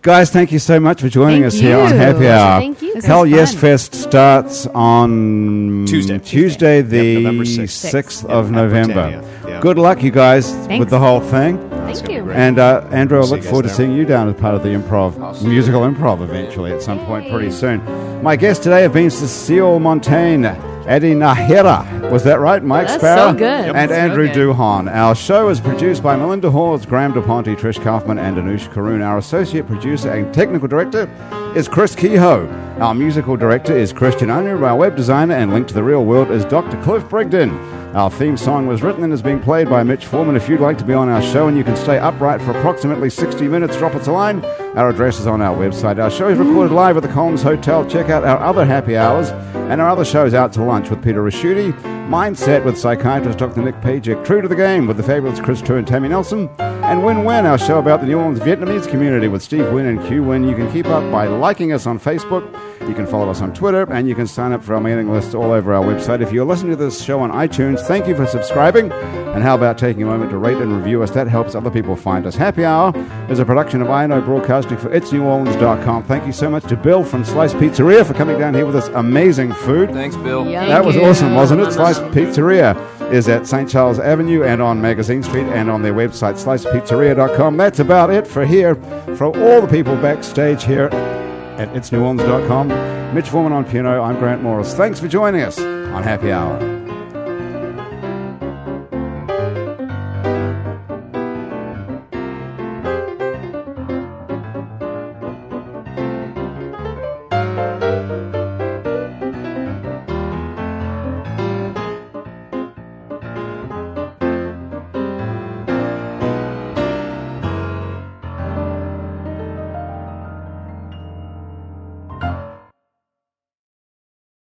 Speaker 1: Guys, thank you so much for joining
Speaker 5: Thank
Speaker 1: us here on
Speaker 5: you.
Speaker 1: Happy Hour.
Speaker 2: Thank you.
Speaker 5: This
Speaker 1: Hell
Speaker 5: was
Speaker 1: Yes
Speaker 5: fun.
Speaker 1: Fest starts on
Speaker 6: Tuesday.
Speaker 1: Tuesday, the
Speaker 6: Yep, November 6th.
Speaker 1: 6th
Speaker 6: In-
Speaker 1: of
Speaker 6: at
Speaker 1: November.
Speaker 6: Britannia. Yeah.
Speaker 1: Good luck, you guys, with
Speaker 5: Thanks.
Speaker 1: the whole thing.
Speaker 2: Thank you.
Speaker 6: great.
Speaker 1: And uh, Andrew, I
Speaker 6: See you
Speaker 1: look
Speaker 6: guys
Speaker 1: forward to
Speaker 6: there.
Speaker 1: seeing you down as part of the improv,
Speaker 4: I'll see you
Speaker 1: musical
Speaker 4: there.
Speaker 1: improv eventually at some point
Speaker 2: Yay.
Speaker 1: pretty soon. My guests today have been Cecile Montaigne, Eddie Nahera. Was that right, Mike
Speaker 2: That's
Speaker 1: Sparrow?
Speaker 2: so good. Yep.
Speaker 1: And
Speaker 5: So
Speaker 1: Andrew
Speaker 5: good.
Speaker 1: Duhon. Our show is produced by Melinda Hawes, Graham DePonte, Trish Kaufman, and Anush Karun. Our associate producer and technical director is Chris Kehoe. Our musical director is Christian Anu. Our web designer and link to the real world is Dr. Cliff Brigden. Our theme song was written and is being played by Mitch Foreman. If you'd like to be on our show and you can stay upright for approximately 60 minutes, drop us a line. Our address is on our website. Our show is recorded live at the Colms Hotel. Check out our other happy hours and our other shows out to lunch with Peter Raschuti, Mindset with psychiatrist Dr. Nick Pajek, True to the Game with the fabulous Chris Tu and Tammy Nelson, and Win Win, our show about the New Orleans Vietnamese community with Steve Win and Q Win. You can keep up by liking us on Facebook. You can follow us on Twitter, and you can sign up for our mailing lists all over our website. If you're listening to this show on iTunes, thank you for subscribing. And how about taking a moment to rate and review us? That helps other people find us. Happy Hour is a production of INO Broadcasting for itsneworleans.com. Thank you so much to Bill from Slice Pizzeria for coming down here with us. Amazing food.
Speaker 4: Thanks, Bill.
Speaker 2: Yeah.
Speaker 1: That was
Speaker 5: you.
Speaker 1: awesome, wasn't it? Slice Pizzeria is at St. Charles Avenue and on Magazine Street and on their website, slicepizzeria.com. That's about it for here. From all the people backstage here at itsneworleans.com, Mitch Foreman on piano, I'm Grant Morris. Thanks for joining us on Happy Hour.